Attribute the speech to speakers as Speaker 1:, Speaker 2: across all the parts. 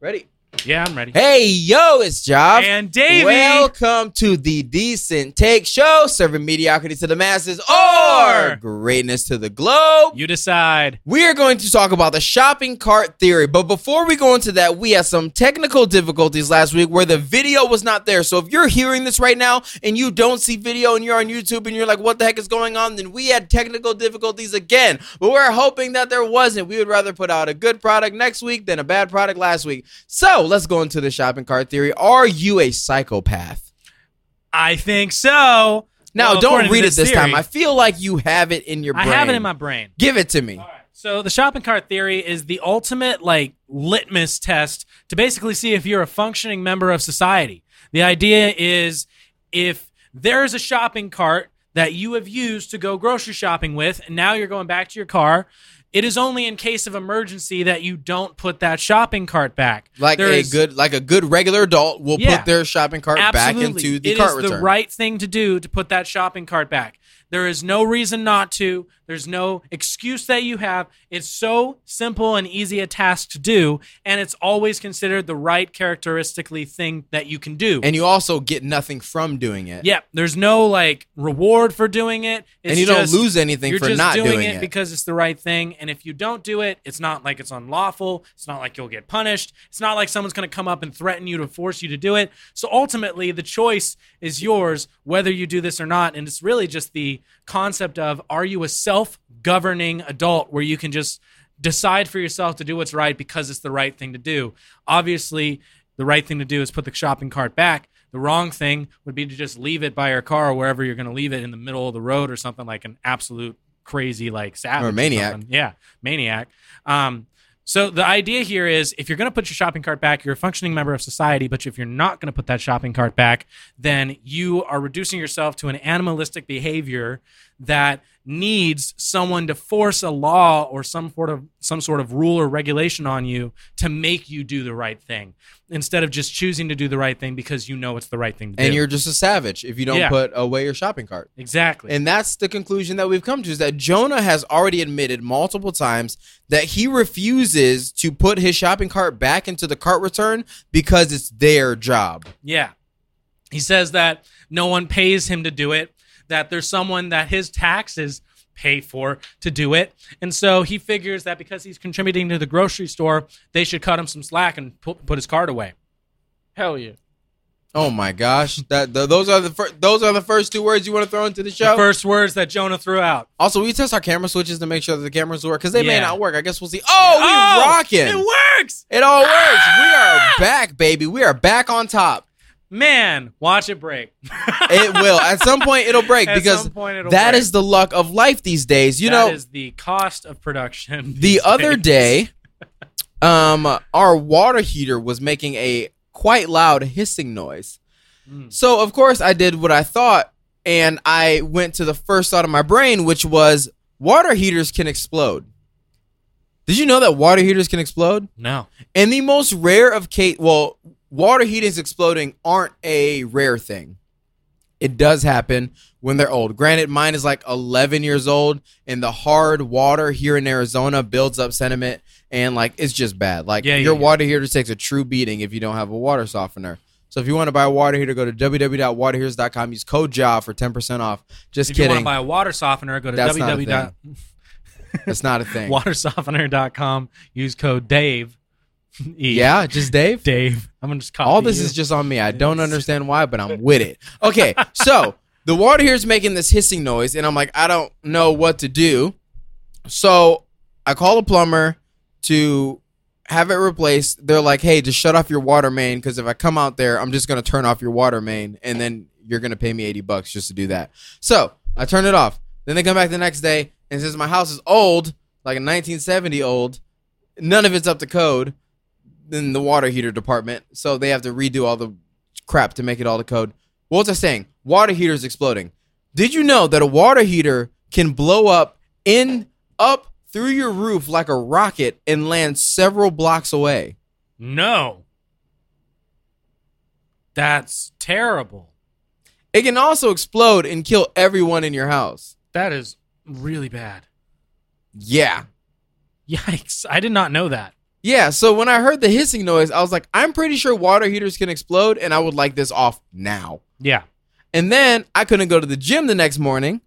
Speaker 1: Ready?
Speaker 2: Yeah, I'm ready.
Speaker 1: Hey, yo, it's Job.
Speaker 2: And Davey.
Speaker 1: Welcome to the Decent Take Show, serving mediocrity to the masses or
Speaker 2: Or-
Speaker 1: greatness to the globe.
Speaker 2: You decide.
Speaker 1: We are going to talk about the shopping cart theory, but before we go into that, we had some technical difficulties last week where the video was not there. So if you're hearing this right now and you don't see video and you're on YouTube and you're like, what the heck is going on? Then we had technical difficulties again, but we're hoping that there wasn't. We would rather put out a good product next week than a bad product last week. So let's go into the shopping cart theory. Are you a psychopath?
Speaker 2: I think so.
Speaker 1: Now,
Speaker 2: Well, according
Speaker 1: don't
Speaker 2: to
Speaker 1: read it this
Speaker 2: theory,
Speaker 1: time. I feel like you have it in your
Speaker 2: I
Speaker 1: brain.
Speaker 2: have it in my brain.
Speaker 1: Give it to me.
Speaker 2: So the shopping cart theory is the ultimate like litmus test to basically see if you're a functioning member of society. The idea is if there's a shopping cart that you have used to go grocery shopping with and now you're going back to your car, it is only in case of emergency that you don't put that shopping cart back.
Speaker 1: like
Speaker 2: There
Speaker 1: a
Speaker 2: is-
Speaker 1: good like a good regular adult will
Speaker 2: Yeah.
Speaker 1: put their shopping cart back into the
Speaker 2: it
Speaker 1: cart
Speaker 2: is
Speaker 1: return.
Speaker 2: the right thing to do to put that shopping cart back. There is no reason not to. There's no excuse that you have. It's so simple and easy a task to do, and it's always considered the right characteristically thing that you can do.
Speaker 1: and you also get nothing from doing it.
Speaker 2: yeah, there's no like reward for doing it. It's
Speaker 1: and you
Speaker 2: just-
Speaker 1: don't lose anything
Speaker 2: you're
Speaker 1: for
Speaker 2: just
Speaker 1: not
Speaker 2: doing,
Speaker 1: doing
Speaker 2: it, because it's the right thing. And if you don't do it, it's not like it's unlawful. It's not like you'll get punished. It's not like someone's going to come up and threaten you to force you to do it. So ultimately, the choice is yours whether you do this or not. And it's really just the concept of are you a self governing adult where you can just decide for yourself to do what's right because it's the right thing to do? Obviously, the right thing to do is put the shopping cart back. The wrong thing would be to just leave it by your car or wherever you're going to leave it in the middle of the road or something like an absolute crazy like savage
Speaker 1: Or maniac.
Speaker 2: something. yeah, maniac. Um, so the idea here is if you're going to put your shopping cart back, you're a functioning member of society. But if you're not going to put that shopping cart back, then you are reducing yourself to an animalistic behavior that needs someone to force a law or some sort of some sort of rule or regulation on you to make you do the right thing instead of just choosing to do the right thing because you know it's the right thing to
Speaker 1: And
Speaker 2: do.
Speaker 1: you're just a savage if you don't
Speaker 2: Yeah.
Speaker 1: put away your shopping cart.
Speaker 2: exactly
Speaker 1: And that's the conclusion that we've come to is that Jonah has already admitted multiple times that he refuses to put his shopping cart back into the cart return because it's their job.
Speaker 2: Yeah. He says that no one pays him to do it, that there's someone that his taxes pay for to do it. And so he figures that because he's contributing to the grocery store, they should cut him some slack and pu- put his card away. Hell yeah.
Speaker 1: Oh my gosh, that th- those are the fir- those are the first two words you want to throw into the show.
Speaker 2: The first words that Jonah threw out.
Speaker 1: Also, we test our camera switches to make sure that the cameras work because they may
Speaker 2: Yeah.
Speaker 1: not work. I guess we'll see. Oh, we
Speaker 2: Oh, It Ah!
Speaker 1: rocking!
Speaker 2: works!
Speaker 1: It all works. We are back, baby. We are back on top.
Speaker 2: Man, watch it break.
Speaker 1: It will at some point. It'll break
Speaker 2: At
Speaker 1: because that
Speaker 2: some
Speaker 1: is
Speaker 2: point it'll break.
Speaker 1: the luck of life these days. You
Speaker 2: That
Speaker 1: know,
Speaker 2: is the cost of production.
Speaker 1: the
Speaker 2: these
Speaker 1: other
Speaker 2: days.
Speaker 1: day, um, our water heater was making a quite loud hissing noise.
Speaker 2: Mm.
Speaker 1: So of course I did what I thought, and I went to the first thought of my brain, which was water heaters can explode. Did you know that water heaters can explode?
Speaker 2: No.
Speaker 1: And the most rare of case, well, water heaters exploding aren't a rare thing. It does happen when they're old. Granted, mine is like 11 years old, and the hard water here in Arizona builds up sediment, and like it's just bad. Like
Speaker 2: Yeah, yeah,
Speaker 1: your
Speaker 2: yeah.
Speaker 1: water heater takes a true beating if you don't have a water softener. So if you want to buy a water heater, go to www.waterheaters.com. Use code JOB for 10% off. Just
Speaker 2: If you want
Speaker 1: kidding.
Speaker 2: to buy a water softener, go to
Speaker 1: That's not a
Speaker 2: www.
Speaker 1: thing. That's not a thing.
Speaker 2: watersoftener.com. Use code Dave. E.
Speaker 1: yeah, just Dave.
Speaker 2: Dave. I'm gonna just copy
Speaker 1: All this
Speaker 2: you.
Speaker 1: is just on me. I don't understand why, but I'm with it. Okay, so the water here is making this hissing noise, and I'm like, I don't know what to do. So I call a plumber to have it replaced. They're like, hey, just shut off your water main because if I come out there, I'm just going to turn off your water main, and then you're going to pay me 80 bucks just to do that. So I turn it off. Then they come back the next day, and since my house is old, like a 1970 old, none of it's up to code in the water heater department, so they have to redo all the crap to make it all the code. What was I saying? Water heaters exploding. Did you know that a water heater can blow up in up through your roof like a rocket and land several blocks away?
Speaker 2: no. That's terrible.
Speaker 1: It can also explode and kill everyone in your house.
Speaker 2: That is really bad.
Speaker 1: Yeah.
Speaker 2: Yikes! I did not know that.
Speaker 1: Yeah, so when I heard the hissing noise, I was like, I'm pretty sure water heaters can explode, and I would like this off now.
Speaker 2: Yeah.
Speaker 1: And then I couldn't go to the gym the next morning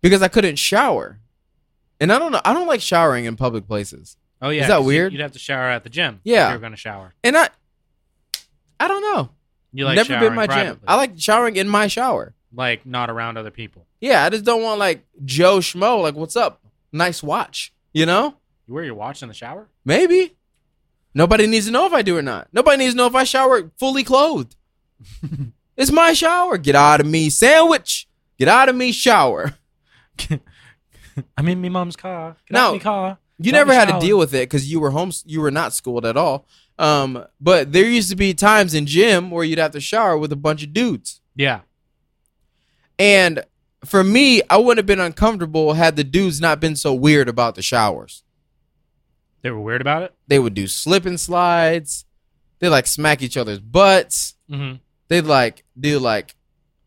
Speaker 1: because I couldn't shower. And I don't know, I don't like showering in public places.
Speaker 2: Oh yeah.
Speaker 1: Is that
Speaker 2: 'cause you-
Speaker 1: weird?
Speaker 2: You'd have to shower at the gym.
Speaker 1: Yeah.
Speaker 2: If you're gonna shower.
Speaker 1: And I, I don't know,
Speaker 2: You like
Speaker 1: never been
Speaker 2: showering
Speaker 1: my gym.
Speaker 2: privately.
Speaker 1: I like showering in my shower.
Speaker 2: like not around other people.
Speaker 1: Yeah, I just don't want like Joe Schmo, like, what's up? Nice watch, you know?
Speaker 2: You wear your watch in the shower?
Speaker 1: Maybe. Nobody needs to know if I do or not. Nobody needs to know if I shower fully clothed. it's my shower. Get out of me, sandwich. Get out of me, shower.
Speaker 2: I'm in me mom's car. Get
Speaker 1: No.
Speaker 2: out me car.
Speaker 1: You
Speaker 2: Not
Speaker 1: never
Speaker 2: the
Speaker 1: had to
Speaker 2: shower.
Speaker 1: deal with it because you were home. You were not schooled at all. Um, but there used to be times in gym where you'd have to shower with a bunch of dudes,
Speaker 2: Yeah.
Speaker 1: and for me, I wouldn't have been uncomfortable had the dudes not been so weird about the showers.
Speaker 2: They were weird about it.
Speaker 1: They would do slip and slides. They like smack each other's butts.
Speaker 2: Mm-hmm.
Speaker 1: They'd like do like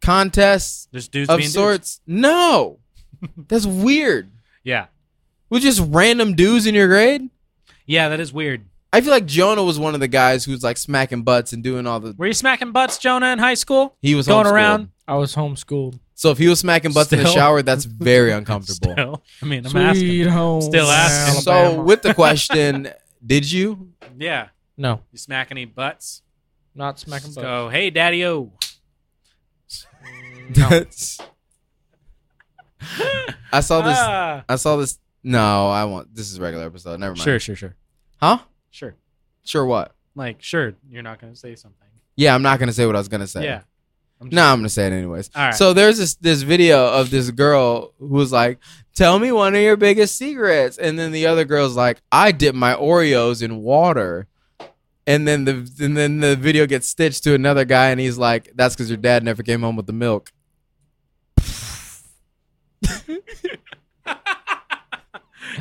Speaker 1: contests
Speaker 2: There's dudes
Speaker 1: of
Speaker 2: being dudes.
Speaker 1: sorts. No, that's weird.
Speaker 2: Yeah.
Speaker 1: With just random dudes in your grade.
Speaker 2: Yeah, that is weird.
Speaker 1: I feel like Jonah was one of the guys who's like smacking butts and doing all the.
Speaker 2: Were you smacking butts, Jonah, in high school?
Speaker 1: He was
Speaker 2: Going
Speaker 1: homeschooled.
Speaker 2: around
Speaker 3: I was homeschooled.
Speaker 1: So if he was smacking butts in the
Speaker 2: Still.
Speaker 1: shower, that's very uncomfortable.
Speaker 2: Still. I mean, I'm
Speaker 3: Sweet home.
Speaker 2: Still asking.
Speaker 1: So
Speaker 3: Alabama.
Speaker 1: with the question, did you?
Speaker 2: asking. Yeah.
Speaker 3: no,
Speaker 2: You smack any butts?
Speaker 3: not smacking
Speaker 2: So,
Speaker 3: butt.
Speaker 2: hey, daddy o.
Speaker 3: No.
Speaker 1: I saw this.
Speaker 2: Ah.
Speaker 1: I saw this. No, I want this is a regular episode. Never mind.
Speaker 2: sure, sure, sure.
Speaker 1: Huh?
Speaker 2: Sure.
Speaker 1: Sure. What?
Speaker 2: Like, sure, you're not going to say something.
Speaker 1: Yeah, I'm not gonna say what I was gonna say.
Speaker 2: Yeah.
Speaker 1: No, I'm gonna say it anyways.
Speaker 2: All right.
Speaker 1: So there's this this video of this girl who was like, "Tell me one of your biggest secrets," and then the other girl's like, "I dip my Oreos in water," and then the and then the video gets stitched to another guy, and he's like, "That's because your dad never came home with the milk."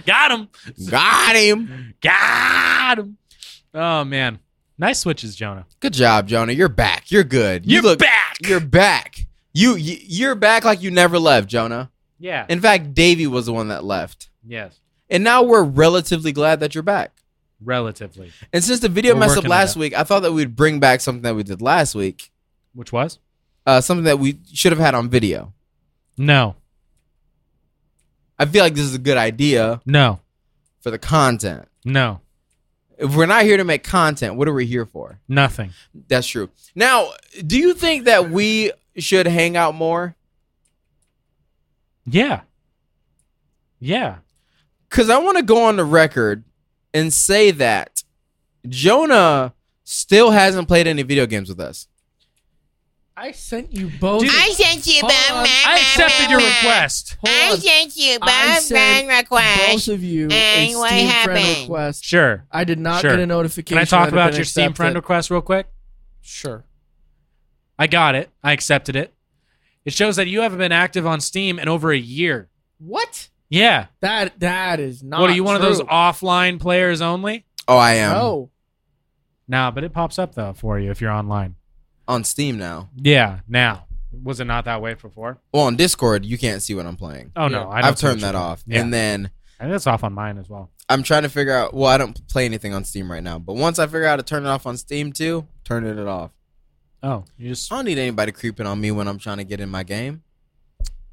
Speaker 2: Got him.
Speaker 1: Got him.
Speaker 2: Got him. Oh, man. Nice switches, Jonah.
Speaker 1: Good job, Jonah. You're back. You're good. You
Speaker 2: You're
Speaker 1: look.
Speaker 2: back.
Speaker 1: You're back. You, you you're back like you never left, Jonah.
Speaker 2: yeah.
Speaker 1: In fact, Davey was the one that left,
Speaker 2: yes.
Speaker 1: and now we're relatively glad that you're back.
Speaker 2: Relatively.
Speaker 1: And since the video
Speaker 2: We're
Speaker 1: messed up
Speaker 2: working on
Speaker 1: last
Speaker 2: that.
Speaker 1: week, I thought that we'd bring back something that we did last week,
Speaker 2: Which was?
Speaker 1: uh, something that we should have had on video.
Speaker 2: No.
Speaker 1: I feel like this is a good idea
Speaker 2: No.
Speaker 1: for the content.
Speaker 2: No.
Speaker 1: If we're not here to make content, what are we here for?
Speaker 2: Nothing.
Speaker 1: That's true. Now, do you think that we should hang out more?
Speaker 2: Yeah. Yeah.
Speaker 1: Because I want to go on the record and say that Jonah still hasn't played any video games with us.
Speaker 3: I sent you both.
Speaker 2: Dude,
Speaker 4: I sent you
Speaker 3: Hold
Speaker 4: back
Speaker 3: on.
Speaker 4: my
Speaker 2: I accepted your request.
Speaker 4: I
Speaker 3: Hold on.
Speaker 4: sent you
Speaker 3: I
Speaker 4: back
Speaker 3: sent
Speaker 4: my
Speaker 3: both
Speaker 4: request.
Speaker 3: of you a
Speaker 4: And
Speaker 3: Steam
Speaker 4: what
Speaker 3: friend
Speaker 4: happened?
Speaker 3: request.
Speaker 2: Sure.
Speaker 3: I did not
Speaker 2: Sure.
Speaker 3: get a notification.
Speaker 2: Can I talk
Speaker 3: that had
Speaker 2: about
Speaker 3: been
Speaker 2: your Steam friend
Speaker 3: accepted.
Speaker 2: request real quick?
Speaker 3: Sure.
Speaker 2: I got it. I accepted it. It shows that you haven't been active on Steam in over a year.
Speaker 3: What?
Speaker 2: Yeah.
Speaker 3: That that is not.
Speaker 2: what are you one of those
Speaker 3: true.
Speaker 2: offline players only?
Speaker 1: Oh, I am
Speaker 3: No.
Speaker 2: Nah, but it pops up though for you if you're online.
Speaker 1: on Steam now.
Speaker 2: Yeah, now. Was it not that way before?
Speaker 1: Well, on Discord, you can't see what I'm playing.
Speaker 2: Oh
Speaker 3: Yeah.
Speaker 2: no, I
Speaker 1: I've
Speaker 2: don't see what
Speaker 1: turned that
Speaker 2: you're doing.
Speaker 1: off.
Speaker 2: Yeah.
Speaker 1: And then
Speaker 2: I think that's off on mine as well.
Speaker 1: I'm trying to figure out. Well, I don't play anything on Steam right now, but once I figure out how to turn it off on Steam too, turning it off.
Speaker 2: Oh, you just
Speaker 1: I don't need anybody creeping on me when I'm trying to get in my game.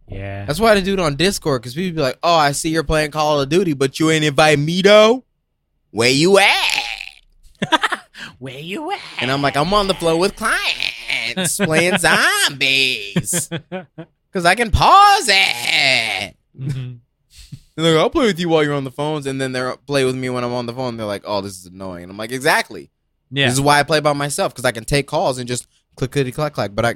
Speaker 2: yeah.
Speaker 1: That's why I do it on Discord because people be like, "Oh, I see you're playing Call of Duty, but you ain't invite me though. Where you at?"
Speaker 2: Where you at?
Speaker 1: And I'm like, "I'm on the floor with clients playing zombies
Speaker 2: Mm-hmm.
Speaker 1: because I can pause it." And they're like, "I'll play with you while you're on the phones," and then they're play with me when I'm on the phone. They're like, "Oh, this is annoying," and I'm like, "Exactly."
Speaker 2: Yeah.
Speaker 1: This is why I play by myself because I can take calls and just click clickety clack clack. But I,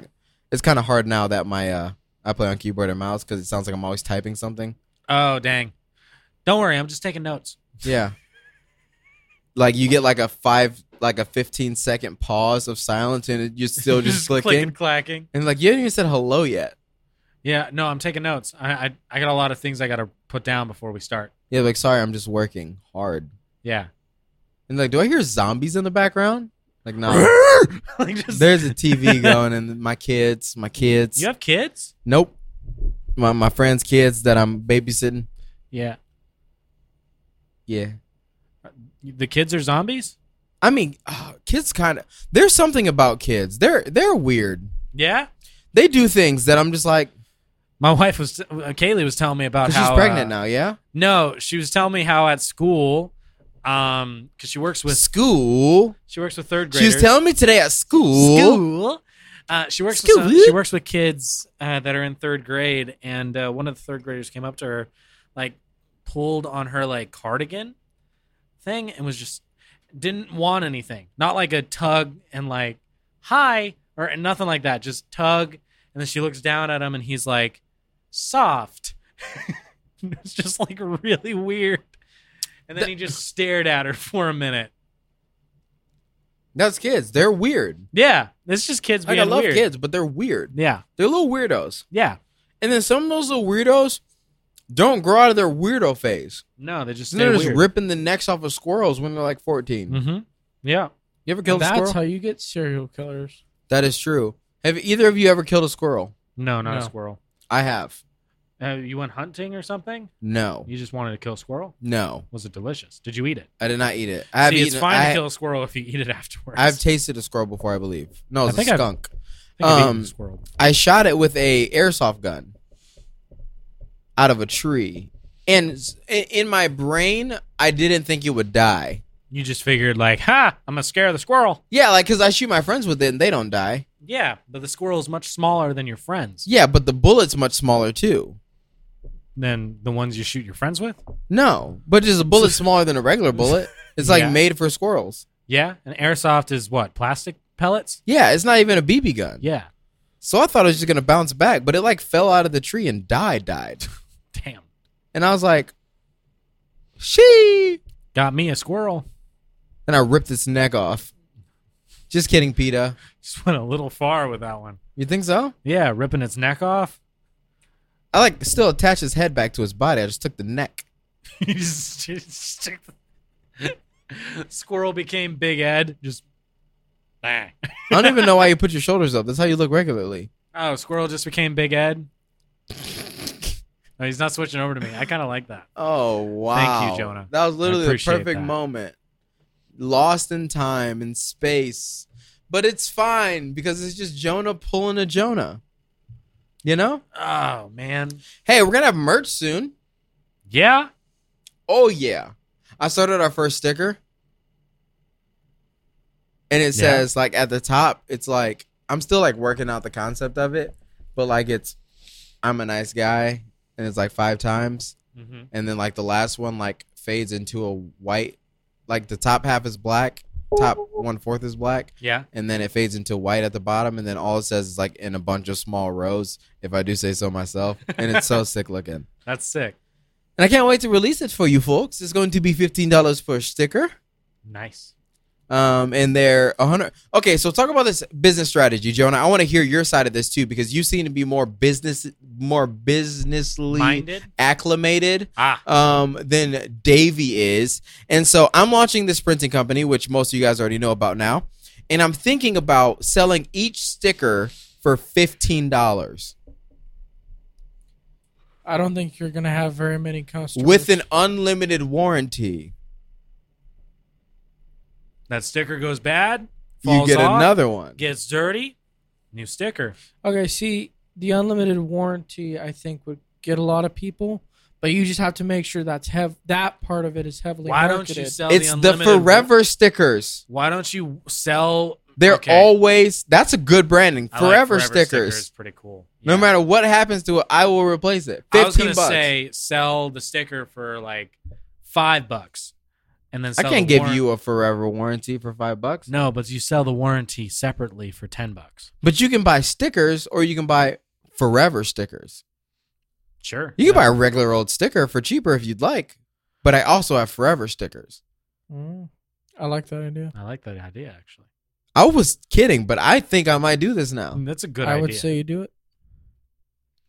Speaker 1: it's kind of hard now that my uh, I play on keyboard and mouse because it sounds like I'm always typing something.
Speaker 2: Oh dang. Don't worry, I'm just taking notes.
Speaker 1: Yeah. like you get like a five, like a fifteen second pause of silence, and it- you're still just, clicking.
Speaker 2: clicking, clacking.
Speaker 1: And like you haven't even said hello yet.
Speaker 2: Yeah, no, I'm taking notes. I, I I got a lot of things I got to put down before we start.
Speaker 1: Yeah, like sorry, I'm just working hard.
Speaker 2: Yeah,
Speaker 1: And like, do I hear zombies in the background? Like, no.
Speaker 2: like just,
Speaker 1: There's a TV going, and my kids, my kids.
Speaker 2: you have kids?
Speaker 1: Nope. My my friends' kids that I'm babysitting.
Speaker 2: Yeah,
Speaker 1: Yeah.
Speaker 2: The kids are zombies?
Speaker 1: I mean, uh, kids kind of. There's something about kids. They're they're weird.
Speaker 2: Yeah.
Speaker 1: They do things that I'm just like.
Speaker 2: My wife was uh, Kaylee was telling me about
Speaker 1: Cause
Speaker 2: how
Speaker 1: she's pregnant
Speaker 2: uh,
Speaker 1: now. Yeah.
Speaker 2: No, she was telling me how at school, um, because she works
Speaker 1: With
Speaker 2: with
Speaker 1: school,
Speaker 2: she works with third
Speaker 1: she
Speaker 2: graders.
Speaker 1: was telling me today at school.
Speaker 2: school. Uh, she works. With some,
Speaker 1: School.
Speaker 2: she works with kids uh, that are in third grade, and uh, one of the third graders came up to her, like pulled on her like cardigan thing, and was just didn't want anything. Not like a tug and like hi or nothing like that. Just tug, and then she looks down at him, and he's like soft. it's just like really weird. And then he just stared at her for a minute.
Speaker 1: That's kids. They're weird.
Speaker 2: Yeah, it's just kids being
Speaker 1: Like I love
Speaker 2: weird.
Speaker 1: kids, but they're weird.
Speaker 2: Yeah,
Speaker 1: They're little weirdos.
Speaker 2: yeah.
Speaker 1: And then some of those little weirdos don't grow out of their weirdo phase.
Speaker 2: No, they just
Speaker 1: And
Speaker 2: stay
Speaker 1: they're just
Speaker 2: weird.
Speaker 1: ripping the necks off of squirrels when they're like 14.
Speaker 2: mm-hmm. Yeah.
Speaker 1: You ever killed a
Speaker 3: That's
Speaker 1: squirrel?
Speaker 3: how you get serial killers.
Speaker 1: that is true. Have either of you ever killed a squirrel?
Speaker 2: No, not a
Speaker 3: No.
Speaker 2: squirrel.
Speaker 1: I have.
Speaker 2: Uh, you went hunting or something?
Speaker 1: No.
Speaker 2: You just wanted to kill a squirrel?
Speaker 1: No.
Speaker 2: Was it delicious? Did you eat it?
Speaker 1: I did not eat it. I have
Speaker 2: See,
Speaker 1: eaten,
Speaker 2: it's fine
Speaker 1: I,
Speaker 2: to kill a squirrel if you eat it afterwards.
Speaker 1: I've tasted a squirrel before, I believe. No,
Speaker 2: I
Speaker 1: it's a
Speaker 2: think I've-
Speaker 1: skunk.
Speaker 2: I think I've eaten
Speaker 1: um,
Speaker 2: a squirrel. before.
Speaker 1: I shot it with a airsoft gun out of a tree, and s- i- in my brain, I didn't think it would die.
Speaker 2: You just figured like, ha, I'm gonna scare the squirrel.
Speaker 1: Yeah, like because I shoot my friends with it and they don't die.
Speaker 2: Yeah, but the squirrel is much smaller than your friends.
Speaker 1: Yeah, but the bullet's much smaller too.
Speaker 2: Than the ones you shoot your friends with.
Speaker 1: No, but just a bullet smaller than a regular bullet. It's like
Speaker 2: Yeah.
Speaker 1: made for squirrels.
Speaker 2: Yeah, and airsoft is what plastic pellets.
Speaker 1: Yeah, it's not even a BB gun.
Speaker 2: Yeah.
Speaker 1: So I thought it was just gonna bounce back, but it like fell out of the tree and died, died.
Speaker 2: Damn.
Speaker 1: And I was like, she.
Speaker 2: Got me a squirrel.
Speaker 1: And I ripped its neck off. Just kidding, Peta.
Speaker 2: Just went a little far with that one.
Speaker 1: You think so?
Speaker 2: Yeah, ripping its neck off.
Speaker 1: I like still attached his head back to his body. I just took the neck.
Speaker 2: You just- you just stick the- Squirrel became Big Ed. Just bang.
Speaker 1: I don't even know why you put your shoulders up. That's how you look regularly.
Speaker 2: Oh, Squirrel just became Big Ed. No, he's not switching over to me. I kind of like that.
Speaker 1: Oh wow!
Speaker 2: Jonah.
Speaker 1: That was literally the
Speaker 2: appreciate
Speaker 1: perfect
Speaker 2: that.
Speaker 1: moment. Lost in time and space, but it's fine because it's just Jonah pulling a Jonah. You know?
Speaker 2: Oh man.
Speaker 1: Hey, we're gonna have merch soon.
Speaker 2: Yeah.
Speaker 1: Oh yeah! I started our first sticker, and it
Speaker 2: Yeah.
Speaker 1: says like at the top, it's like I'm still like working out the concept of it, but like it's I'm a nice guy, and it's like five times.
Speaker 2: Mm-hmm.
Speaker 1: and then like the last one like fades into a white like the top half is black top one fourth is black
Speaker 2: Yeah.
Speaker 1: and then it fades into white at the bottom and then all it says is like in a bunch of small rows if i do say so myself and it's so sick looking and
Speaker 2: That's sick.
Speaker 1: i can't wait to release it for you folks it's going to be $15 for a sticker
Speaker 2: Nice.
Speaker 1: um and they're 100 okay so talk about this business strategy jonah i want to hear your side of this too because you seem to be more business more businessly
Speaker 2: Minded.
Speaker 1: acclimated
Speaker 2: Ah.
Speaker 1: um, than Davy is. And so I'm launching this printing company, which most of you guys already know about now. And I'm thinking about selling each sticker for $15
Speaker 3: I don't think you're gonna have very many customers
Speaker 1: with an unlimited warranty.
Speaker 2: That sticker goes bad.
Speaker 1: You
Speaker 2: Falls
Speaker 1: get
Speaker 2: off,
Speaker 1: another one.
Speaker 2: Gets dirty. New sticker.
Speaker 3: Okay, see, the unlimited warranty I think would get a lot of people, but you just have to make sure that's hev- that part of it is heavily
Speaker 2: Why don't
Speaker 3: marketed.
Speaker 2: you sell
Speaker 1: It's
Speaker 2: the
Speaker 1: the
Speaker 2: unlimited?
Speaker 1: forever stickers.
Speaker 2: Why don't you sell?
Speaker 1: They're
Speaker 2: Okay.
Speaker 1: always that's a good branding.
Speaker 2: I
Speaker 1: Forever,
Speaker 2: like
Speaker 1: stickers.
Speaker 2: Is pretty cool.
Speaker 1: No
Speaker 2: Yeah.
Speaker 1: matter what happens to it, I will replace it.
Speaker 2: I was
Speaker 1: 15
Speaker 2: gonna
Speaker 1: bucks.
Speaker 2: say sell the sticker for like five bucks, and then
Speaker 1: I
Speaker 2: sell
Speaker 1: can't
Speaker 2: the
Speaker 1: give
Speaker 2: warran-
Speaker 1: you a forever warranty for 5 bucks.
Speaker 2: no, but you sell the warranty separately for ten bucks.
Speaker 1: But you can buy stickers or you can buy forever stickers.
Speaker 2: Sure,
Speaker 1: You can buy
Speaker 2: Yeah.
Speaker 1: a regular old sticker for cheaper if you'd like. But I also have forever stickers.
Speaker 3: Mm, I like that idea.
Speaker 2: I like that idea actually.
Speaker 1: I was kidding, but I think I might do this now.
Speaker 2: That's a good
Speaker 3: I
Speaker 2: idea.
Speaker 3: would say you do it.
Speaker 2: Mm.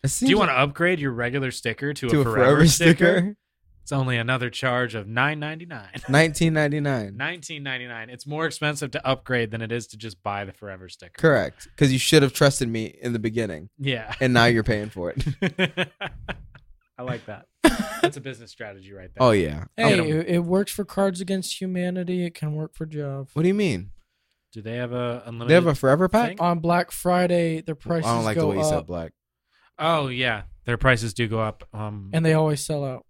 Speaker 2: Do you want to upgrade your regular sticker to,
Speaker 1: do
Speaker 2: a forever, sticker? It's only another charge of nine ninety nine.
Speaker 1: Nineteen ninety nine.
Speaker 2: Nineteen ninety nine. It's more expensive to upgrade than it is to just buy the forever sticker.
Speaker 1: Correct. Because you should have trusted me in the beginning,
Speaker 2: Yeah.
Speaker 1: and now you're paying for it.
Speaker 2: I like that. That's a business strategy right there.
Speaker 1: Oh yeah.
Speaker 3: Hey,
Speaker 1: Okay.
Speaker 3: it, it works for Cards Against Humanity. It can work for Jav.
Speaker 1: What do you mean?
Speaker 2: Do they have a unlimited?
Speaker 1: They have a forever pack.
Speaker 2: Thing?
Speaker 3: On Black Friday, their
Speaker 1: I
Speaker 3: prices
Speaker 1: don't like the
Speaker 3: go
Speaker 1: way you
Speaker 3: up,
Speaker 1: said black.
Speaker 2: oh yeah, their prices do go up. Um,
Speaker 3: and they always sell out.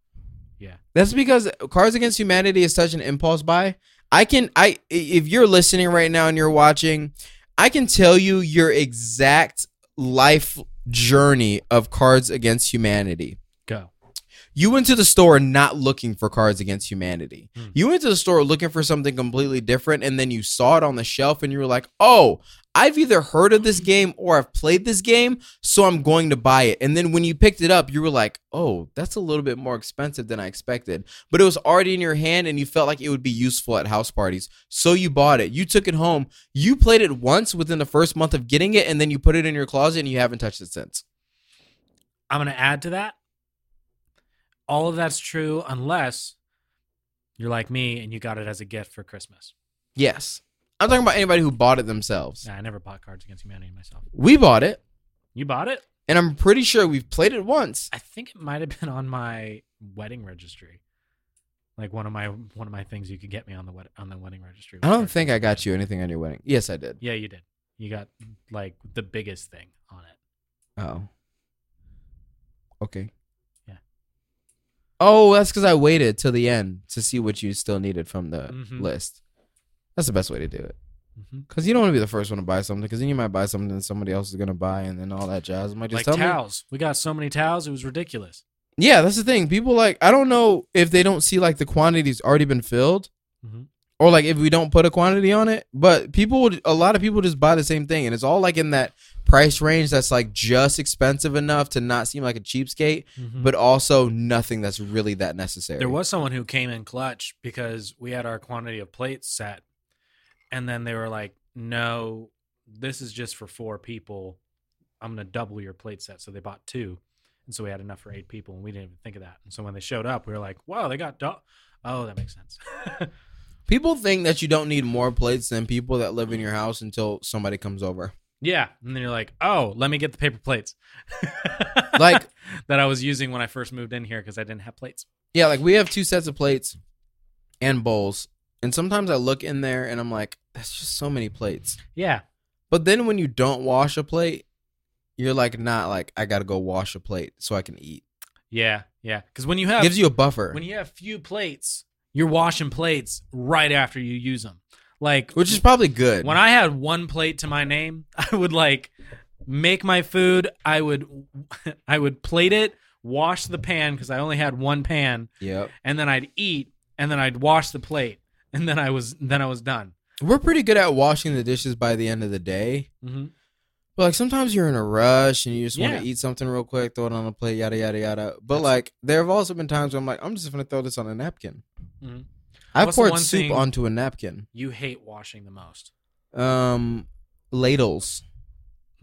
Speaker 1: That's because Cards Against Humanity is such an impulse buy. I can I if you're listening right now and you're watching, I can tell you your exact life journey of Cards Against Humanity.
Speaker 2: go.
Speaker 1: You went to the store not looking for Cards Against Humanity.
Speaker 2: Hmm.
Speaker 1: You went to the store looking for something completely different, and then you saw it on the shelf and you were like, oh, I've either heard of this game or I've played this game, so I'm going to buy it. And then when you picked it up, you were like, oh, that's a little bit more expensive than I expected. But it was already in your hand and you felt like it would be useful at house parties. So you bought it. You took it home. You played it once within the first month of getting it, and then you put it in your closet and you haven't touched it since.
Speaker 2: I'm going to add to that. All of that's true unless you're like me and you got it as a gift for Christmas.
Speaker 1: Yes. I'm talking about anybody who bought it themselves.
Speaker 2: Nah, I never bought Cards Against Humanity myself.
Speaker 1: We bought it.
Speaker 2: You bought it?
Speaker 1: and I'm pretty sure we've played it once.
Speaker 2: I think it might have been on my wedding registry. Like one of my one of my things you could get me on the wed- on the wedding registry.
Speaker 1: I don't think I got you anything on your wedding. Yes, I did.
Speaker 2: Yeah, you did. You got like the biggest thing on it.
Speaker 1: Oh. Okay.
Speaker 2: Yeah.
Speaker 1: Oh, that's because I waited till the end to see what you still needed from the
Speaker 2: Mhm.
Speaker 1: list. That's the best way to do it.
Speaker 2: Mm-hmm.
Speaker 1: Because you don't want to be the first one to buy something, because then you might buy something that somebody else is going to buy, and then all that jazz. I'm like,
Speaker 2: Like
Speaker 1: just tell me.
Speaker 2: towels. We got so many towels. It was ridiculous.
Speaker 1: Yeah, that's the thing. People like, I don't know if they don't see like the quantity's already been filled.
Speaker 2: Mhm.
Speaker 1: Or like if we don't put a quantity on it, but people, would- a lot of people just buy the same thing, and it's all like in that price range that's like just expensive enough to not seem like a cheapskate,
Speaker 2: Mhm.
Speaker 1: but also nothing that's really that necessary.
Speaker 2: There was someone who came in clutch because we had our quantity of plates set. And then they were like, no, this is just for four people. I'm going to double your plate set. So they bought two. And so we had enough for eight people. And we didn't even think of that. And so when they showed up, we were like, wow, they got. dou oh, that makes sense.
Speaker 1: people think that you don't need more plates than people that live in your house until somebody comes over.
Speaker 2: yeah. And then you're like, oh, let me get the paper plates.
Speaker 1: Like-
Speaker 2: that I was using when I first moved in here because I didn't have plates.
Speaker 1: Yeah, like we have two sets of plates and bowls, and sometimes I look in there and I'm like, that's just so many plates.
Speaker 2: Yeah.
Speaker 1: But then when you don't wash a plate, you're like not like I gotta go wash a plate so I can eat.
Speaker 2: Yeah. Yeah. Because when you have.
Speaker 1: Gives you a buffer,
Speaker 2: when you have few plates, you're washing plates right after you use them. Like
Speaker 1: which is probably good.
Speaker 2: when I had one plate to my name, I would like make my food. I would I would plate it, wash the pan because I only had one pan,
Speaker 1: yep,
Speaker 2: and then I'd eat, and then I'd wash the plate, and then I was then I was done.
Speaker 1: we're pretty good at washing the dishes by the end of the day.
Speaker 2: Mm-hmm.
Speaker 1: But like sometimes you're in a rush and you just want
Speaker 2: Yeah.
Speaker 1: to eat something real quick, throw it on a plate, yada yada yada. But
Speaker 2: That's-
Speaker 1: like there have also been times where I'm like, I'm just gonna throw this on a napkin.
Speaker 2: Mhm.
Speaker 1: I
Speaker 2: What's the
Speaker 1: poured
Speaker 2: one
Speaker 1: soup
Speaker 2: thing-
Speaker 1: onto a napkin.
Speaker 2: You hate washing the most.
Speaker 1: Um, ladles,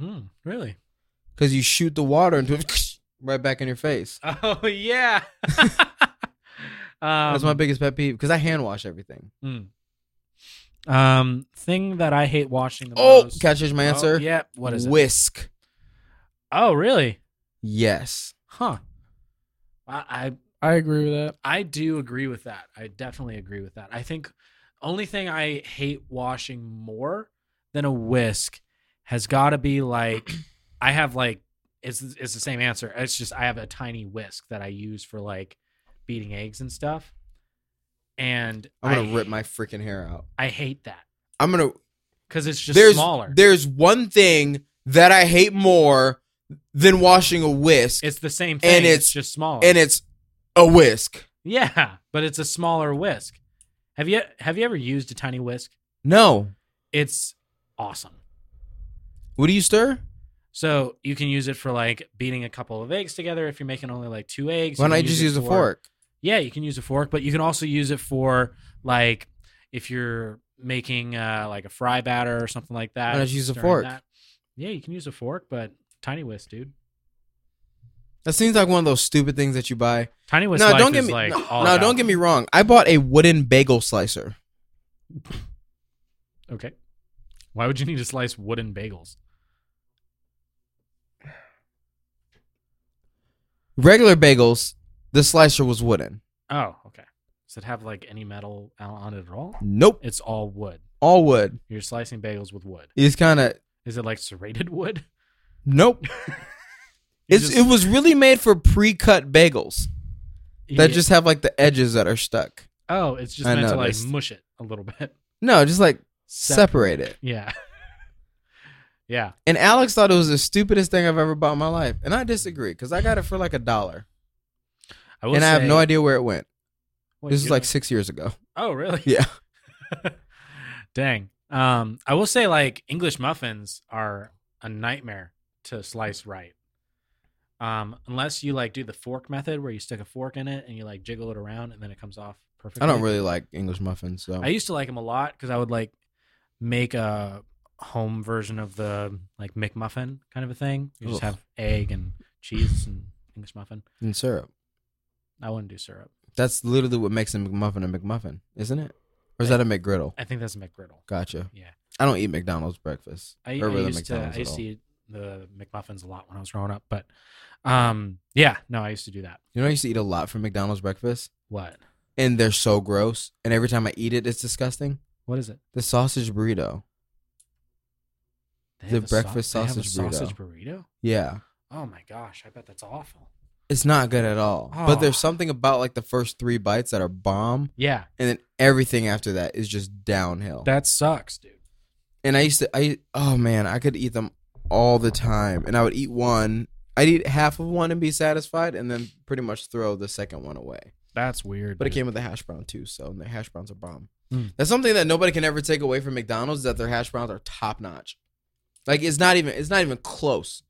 Speaker 2: Mm, really?
Speaker 1: because you shoot the water into it right back in your face.
Speaker 2: Oh yeah.
Speaker 1: That's
Speaker 2: Um,
Speaker 1: my biggest pet peeve because I hand wash everything.
Speaker 2: Mm. Um, thing that I hate washing the
Speaker 1: Oh,
Speaker 2: most.
Speaker 1: can I change my answer?
Speaker 2: Oh, yeah. What is it?
Speaker 1: Whisk.
Speaker 2: Oh, really?
Speaker 1: Yes.
Speaker 2: Huh. I,
Speaker 3: I agree with that.
Speaker 2: I I do agree with that. I definitely agree with that. I think only thing I hate washing more than a whisk has got to be like I have like it's it's the same answer. It's just I have a tiny whisk that I use for like beating eggs and stuff. And
Speaker 1: I'm gonna
Speaker 2: I-
Speaker 1: rip my freaking hair out.
Speaker 2: I hate that
Speaker 1: I'm gonna
Speaker 2: because it's just
Speaker 1: there's
Speaker 2: smaller.
Speaker 1: there's one thing that I hate more than washing a whisk,
Speaker 2: It's the same thing.
Speaker 1: it's-
Speaker 2: it's just smaller.
Speaker 1: and it's a whisk.
Speaker 2: Yeah, but it's a smaller whisk. Have you have you ever used a tiny whisk?
Speaker 1: No.
Speaker 2: It's awesome.
Speaker 1: What do you stir?
Speaker 2: So you can use it for like beating a couple of eggs together if you're making only like two eggs.
Speaker 1: Why
Speaker 2: you
Speaker 1: don't I
Speaker 2: can
Speaker 1: just
Speaker 2: it
Speaker 1: use a
Speaker 2: for-
Speaker 1: fork?
Speaker 2: Yeah, you can use a fork, but you can also use it for like if you're making uh, like a fry batter or something like that.
Speaker 1: Why not use a
Speaker 2: stirring
Speaker 1: fork?
Speaker 2: that. Yeah, you can use a fork, but tiny whisk, dude.
Speaker 1: That seems like one of those stupid things that you buy.
Speaker 2: Tiny whisk.
Speaker 1: no,
Speaker 2: life
Speaker 1: don't get
Speaker 2: is,
Speaker 1: me.
Speaker 2: Like,
Speaker 1: no,
Speaker 2: all
Speaker 1: no,
Speaker 2: about-
Speaker 1: don't get me wrong. I bought a wooden bagel slicer
Speaker 2: Okay. Why would you need to slice wooden bagels?
Speaker 1: regular bagels The slicer was wooden.
Speaker 2: Oh, okay. Does it have like any metal out on it at all?
Speaker 1: Nope.
Speaker 2: It's all wood.
Speaker 1: All wood.
Speaker 2: You're slicing bagels with wood.
Speaker 1: It's kind of
Speaker 2: Is it like serrated wood?
Speaker 1: nope.
Speaker 2: You
Speaker 1: It's,
Speaker 2: just-
Speaker 1: it was really made for pre-cut bagels
Speaker 2: you-
Speaker 1: that just have like the edges that are stuck.
Speaker 2: oh, it's just
Speaker 1: I
Speaker 2: meant to
Speaker 1: noticed.
Speaker 2: like mush it a little bit.
Speaker 1: No, just like separate it.
Speaker 2: Yeah. yeah.
Speaker 1: And Alex thought it was the stupidest thing I've ever bought in my life, and I disagree because I got it for like a dollar,
Speaker 2: I will
Speaker 1: and I have
Speaker 2: say-
Speaker 1: no idea where it went.
Speaker 2: Wait,
Speaker 1: This is
Speaker 2: you
Speaker 1: like
Speaker 2: don't-
Speaker 1: six years ago.
Speaker 2: Oh, really?
Speaker 1: Yeah.
Speaker 2: Dang. Um, I will say like English muffins are a nightmare to slice right. Um, unless you like do the fork method where you stick a fork in it and you like jiggle it around and then it comes off perfectly.
Speaker 1: I don't really like English muffins, so
Speaker 2: I used to like them a lot because I would like make a home version of the like McMuffin kind of a thing. You just
Speaker 1: Ugh.
Speaker 2: have egg and cheese and English muffin.
Speaker 1: and syrup.
Speaker 2: I wouldn't do syrup.
Speaker 1: That's literally what makes a McMuffin a McMuffin, isn't it? Or is that a McGriddle?
Speaker 2: I think that's a McGriddle.
Speaker 1: Gotcha.
Speaker 2: Yeah.
Speaker 1: I don't eat McDonald's breakfast.
Speaker 2: I, I
Speaker 1: or really
Speaker 2: used to
Speaker 1: McDonald's at
Speaker 2: I used
Speaker 1: all.
Speaker 2: to eat the McMuffins a lot when I was growing up, but um yeah, no, I used to do that.
Speaker 1: You know, I used to eat a lot from McDonald's breakfast,
Speaker 2: What?
Speaker 1: and they're so gross. And every time I eat it, it's disgusting.
Speaker 2: What is it?
Speaker 1: The sausage burrito.
Speaker 2: They
Speaker 1: The
Speaker 2: have a
Speaker 1: breakfast
Speaker 2: they have a
Speaker 1: sausage burrito.
Speaker 2: sausage burrito.
Speaker 1: Yeah,
Speaker 2: Oh my gosh, I bet that's awful.
Speaker 1: it's not good at all.
Speaker 2: Aw.
Speaker 1: But there's something about like the first three bites that are bomb,
Speaker 2: Yeah,
Speaker 1: and then everything after that is just downhill.
Speaker 2: that sucks, dude.
Speaker 1: and I used to, I oh man, I could eat them all the time, and I would eat one. I'd eat half of one and be satisfied, and then pretty much throw the second one away.
Speaker 2: That's weird.
Speaker 1: But it
Speaker 2: dude.
Speaker 1: came with a hash brown too, so the hash browns are bomb.
Speaker 2: Mm.
Speaker 1: That's something that nobody can ever take away from McDonald's is that their hash browns are top notch. Like it's not even it's not even close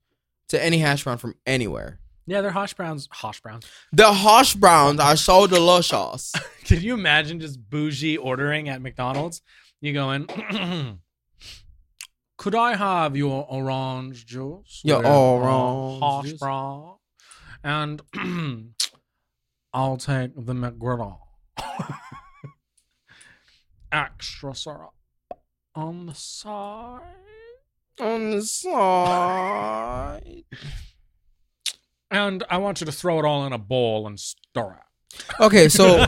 Speaker 1: to any hash brown from anywhere.
Speaker 2: Yeah, they're hash browns. Hash browns.
Speaker 1: The hash browns are so delicious.
Speaker 2: Can you imagine just bougie ordering at McDonald's? You go in. Could I have your orange juice?
Speaker 1: Your
Speaker 2: with, uh,
Speaker 1: orange
Speaker 2: hash
Speaker 1: juice."
Speaker 2: brown, and I'll take the McGriddle. Extra syrup on the side.
Speaker 1: On the side.
Speaker 2: And I want you to throw it all in a bowl and stir it.
Speaker 1: Okay, so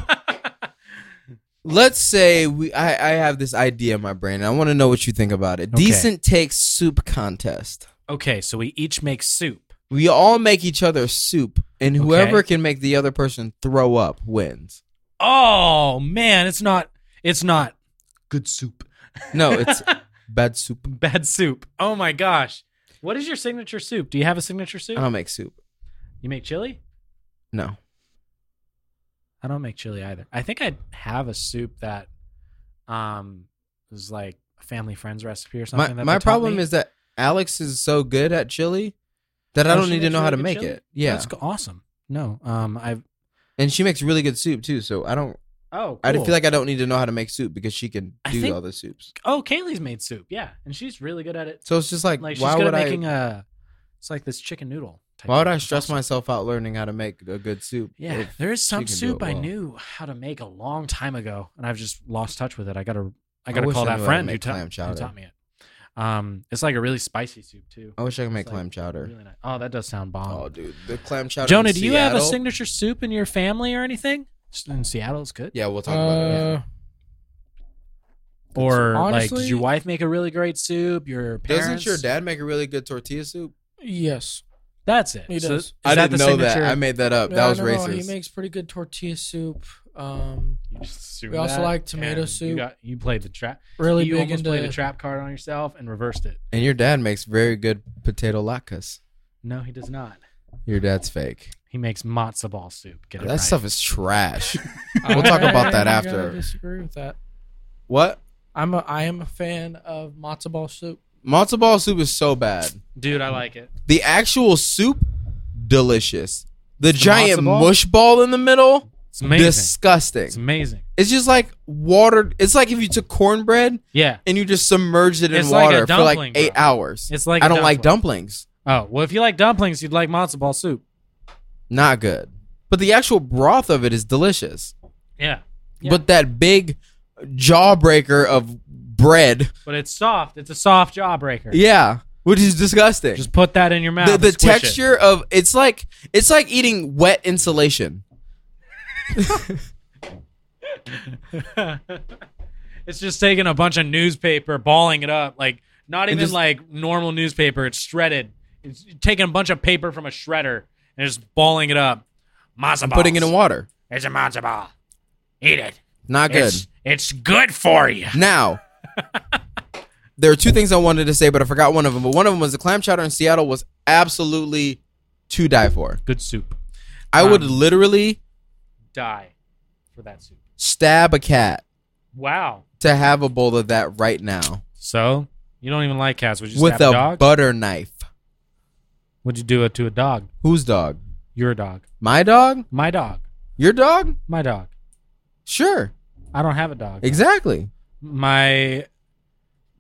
Speaker 1: let's say we I, I have this idea in my brain and I want to know what you think about it.
Speaker 2: Okay.
Speaker 1: Decent takes soup contest.
Speaker 2: okay, so we each make soup.
Speaker 1: We all make each other soup, and
Speaker 2: Okay.
Speaker 1: whoever can make the other person throw up wins.
Speaker 2: Oh man, it's not it's not good soup.
Speaker 1: No, it's bad soup.
Speaker 2: Bad soup. Oh my gosh. What is your signature soup? Do you have a signature soup?
Speaker 1: I don't make soup.
Speaker 2: you make chili?
Speaker 1: No.
Speaker 2: I don't make chili either. I think I have a soup that um was like a family friend's recipe or something.
Speaker 1: My,
Speaker 2: that
Speaker 1: my
Speaker 2: they taught
Speaker 1: problem
Speaker 2: me.
Speaker 1: is that Alex is so good at chili that I
Speaker 2: Oh,
Speaker 1: don't
Speaker 2: she
Speaker 1: need to
Speaker 2: makes
Speaker 1: know how to
Speaker 2: really
Speaker 1: make
Speaker 2: good chili?
Speaker 1: it. Yeah.
Speaker 2: That's awesome. No. Um I've
Speaker 1: And she makes really good soup too, so I don't
Speaker 2: Oh,
Speaker 1: I
Speaker 2: cool.
Speaker 1: feel like I don't need to know how to make soup because she can
Speaker 2: I
Speaker 1: do
Speaker 2: think-
Speaker 1: all the soups.
Speaker 2: Oh, Kaylee's made soup. Yeah. And she's really good at it.
Speaker 1: So it's just like,
Speaker 2: Like she's
Speaker 1: why
Speaker 2: good at
Speaker 1: would I
Speaker 2: making a it's like this chicken noodle. Type
Speaker 1: why would
Speaker 2: thing.
Speaker 1: I
Speaker 2: It's
Speaker 1: stress
Speaker 2: awesome.
Speaker 1: myself out learning how to make a good soup?
Speaker 2: Yeah,
Speaker 1: if-
Speaker 2: there is some
Speaker 1: can do
Speaker 2: soup
Speaker 1: it
Speaker 2: I
Speaker 1: well.
Speaker 2: knew how to make a long time ago, and I've just lost touch with it. I gotta, I
Speaker 1: I
Speaker 2: gotta
Speaker 1: wish
Speaker 2: call
Speaker 1: I
Speaker 2: that
Speaker 1: knew how to
Speaker 2: friend who,
Speaker 1: make
Speaker 2: ta-
Speaker 1: clam
Speaker 2: who
Speaker 1: chowder.
Speaker 2: taught me it. Um, it's like a really spicy soup too.
Speaker 1: I wish I could make
Speaker 2: It's like
Speaker 1: clam chowder.
Speaker 2: Really nice. Oh, that does sound
Speaker 1: Oh,
Speaker 2: bomb.
Speaker 1: dude, the clam chowder. in
Speaker 2: Jonah, do you have a
Speaker 1: Seattle-
Speaker 2: signature soup in your family or anything? S- In Seattle, it's good.
Speaker 1: Yeah, we'll talk about it.
Speaker 3: Uh,
Speaker 2: Or like,
Speaker 3: Honestly-
Speaker 2: did your wife make a really great soup? Your parents?
Speaker 1: Doesn't your dad make a really good tortilla soup?
Speaker 3: yes.
Speaker 2: That's it.
Speaker 3: He
Speaker 2: So
Speaker 3: does.
Speaker 2: is
Speaker 1: I
Speaker 2: that
Speaker 1: didn't
Speaker 2: the
Speaker 1: know that.
Speaker 2: signature-
Speaker 1: I made that up.
Speaker 3: Yeah,
Speaker 1: that was
Speaker 3: no, no,
Speaker 1: racist.
Speaker 3: He makes pretty good tortilla soup. Um,
Speaker 2: You just assumed
Speaker 3: We also
Speaker 2: that,
Speaker 3: like tomato
Speaker 2: and You,
Speaker 3: soup.
Speaker 2: got, you played the trap.
Speaker 3: really
Speaker 2: you
Speaker 3: big
Speaker 2: almost
Speaker 3: into
Speaker 2: played a trap card on yourself and reversed it.
Speaker 1: And your dad makes very good potato latkes.
Speaker 2: No, he does not.
Speaker 1: Your dad's fake.
Speaker 2: He makes matzo ball soup. Get it
Speaker 1: that
Speaker 2: right.
Speaker 1: stuff is trash. We'll talk about that
Speaker 3: I
Speaker 1: after.
Speaker 3: disagree with that.
Speaker 1: what?
Speaker 3: I'm a I am a fan of matzo ball soup.
Speaker 1: Matzo ball soup is so bad.
Speaker 2: dude. I like it.
Speaker 1: The actual soup, delicious. The, giant
Speaker 2: matzo ball?
Speaker 1: mush ball in the middle,
Speaker 2: It's amazing.
Speaker 1: disgusting.
Speaker 2: it's amazing.
Speaker 1: It's just like watered. It's like if you took cornbread
Speaker 2: Yeah.
Speaker 1: and you just submerged it in
Speaker 2: It's like a
Speaker 1: water for like
Speaker 2: dumpling,
Speaker 1: eight
Speaker 2: bro.
Speaker 1: hours.
Speaker 2: It's like
Speaker 1: I
Speaker 2: a
Speaker 1: don't like
Speaker 2: dumpling.
Speaker 1: dumplings.
Speaker 2: Oh well, if you like dumplings, you'd like matzo ball soup.
Speaker 1: Not good. But the actual broth of it is delicious.
Speaker 2: Yeah, Yeah.
Speaker 1: But that big jawbreaker of bread,
Speaker 2: but it's soft. It's a soft jawbreaker.
Speaker 1: yeah, which is disgusting.
Speaker 2: Just put that in your mouth.
Speaker 1: the,
Speaker 2: and
Speaker 1: the
Speaker 2: squish it.
Speaker 1: texture of it's like it's like eating wet insulation.
Speaker 2: it's just taking a bunch of newspaper, balling it up, like not even
Speaker 1: just-
Speaker 2: like normal newspaper. It's shredded. It's taking a bunch of paper from a shredder and just balling it up. Mazza
Speaker 1: I'm putting it in
Speaker 2: balls.
Speaker 1: water.
Speaker 2: It's a matzo ball. Eat it.
Speaker 1: Not good.
Speaker 2: It's, it's good for you.
Speaker 1: Now, there are two things I wanted to say, but I forgot one of them. But one of them was the clam chowder in Seattle was absolutely to die for.
Speaker 2: Good soup.
Speaker 1: I would
Speaker 2: Um,
Speaker 1: literally
Speaker 2: Die for that soup.
Speaker 1: stab a cat
Speaker 2: Wow.
Speaker 1: to have a bowl of that right now
Speaker 2: So you don't even like cats. Would you
Speaker 1: with
Speaker 2: stab a
Speaker 1: a
Speaker 2: dog?
Speaker 1: butter knife.
Speaker 2: Would you do it to a dog?
Speaker 1: Whose dog?
Speaker 2: Your dog.
Speaker 1: My dog?
Speaker 2: My dog.
Speaker 1: Your dog?
Speaker 2: My dog.
Speaker 1: Sure.
Speaker 2: I don't have a dog.
Speaker 1: Exactly.
Speaker 2: My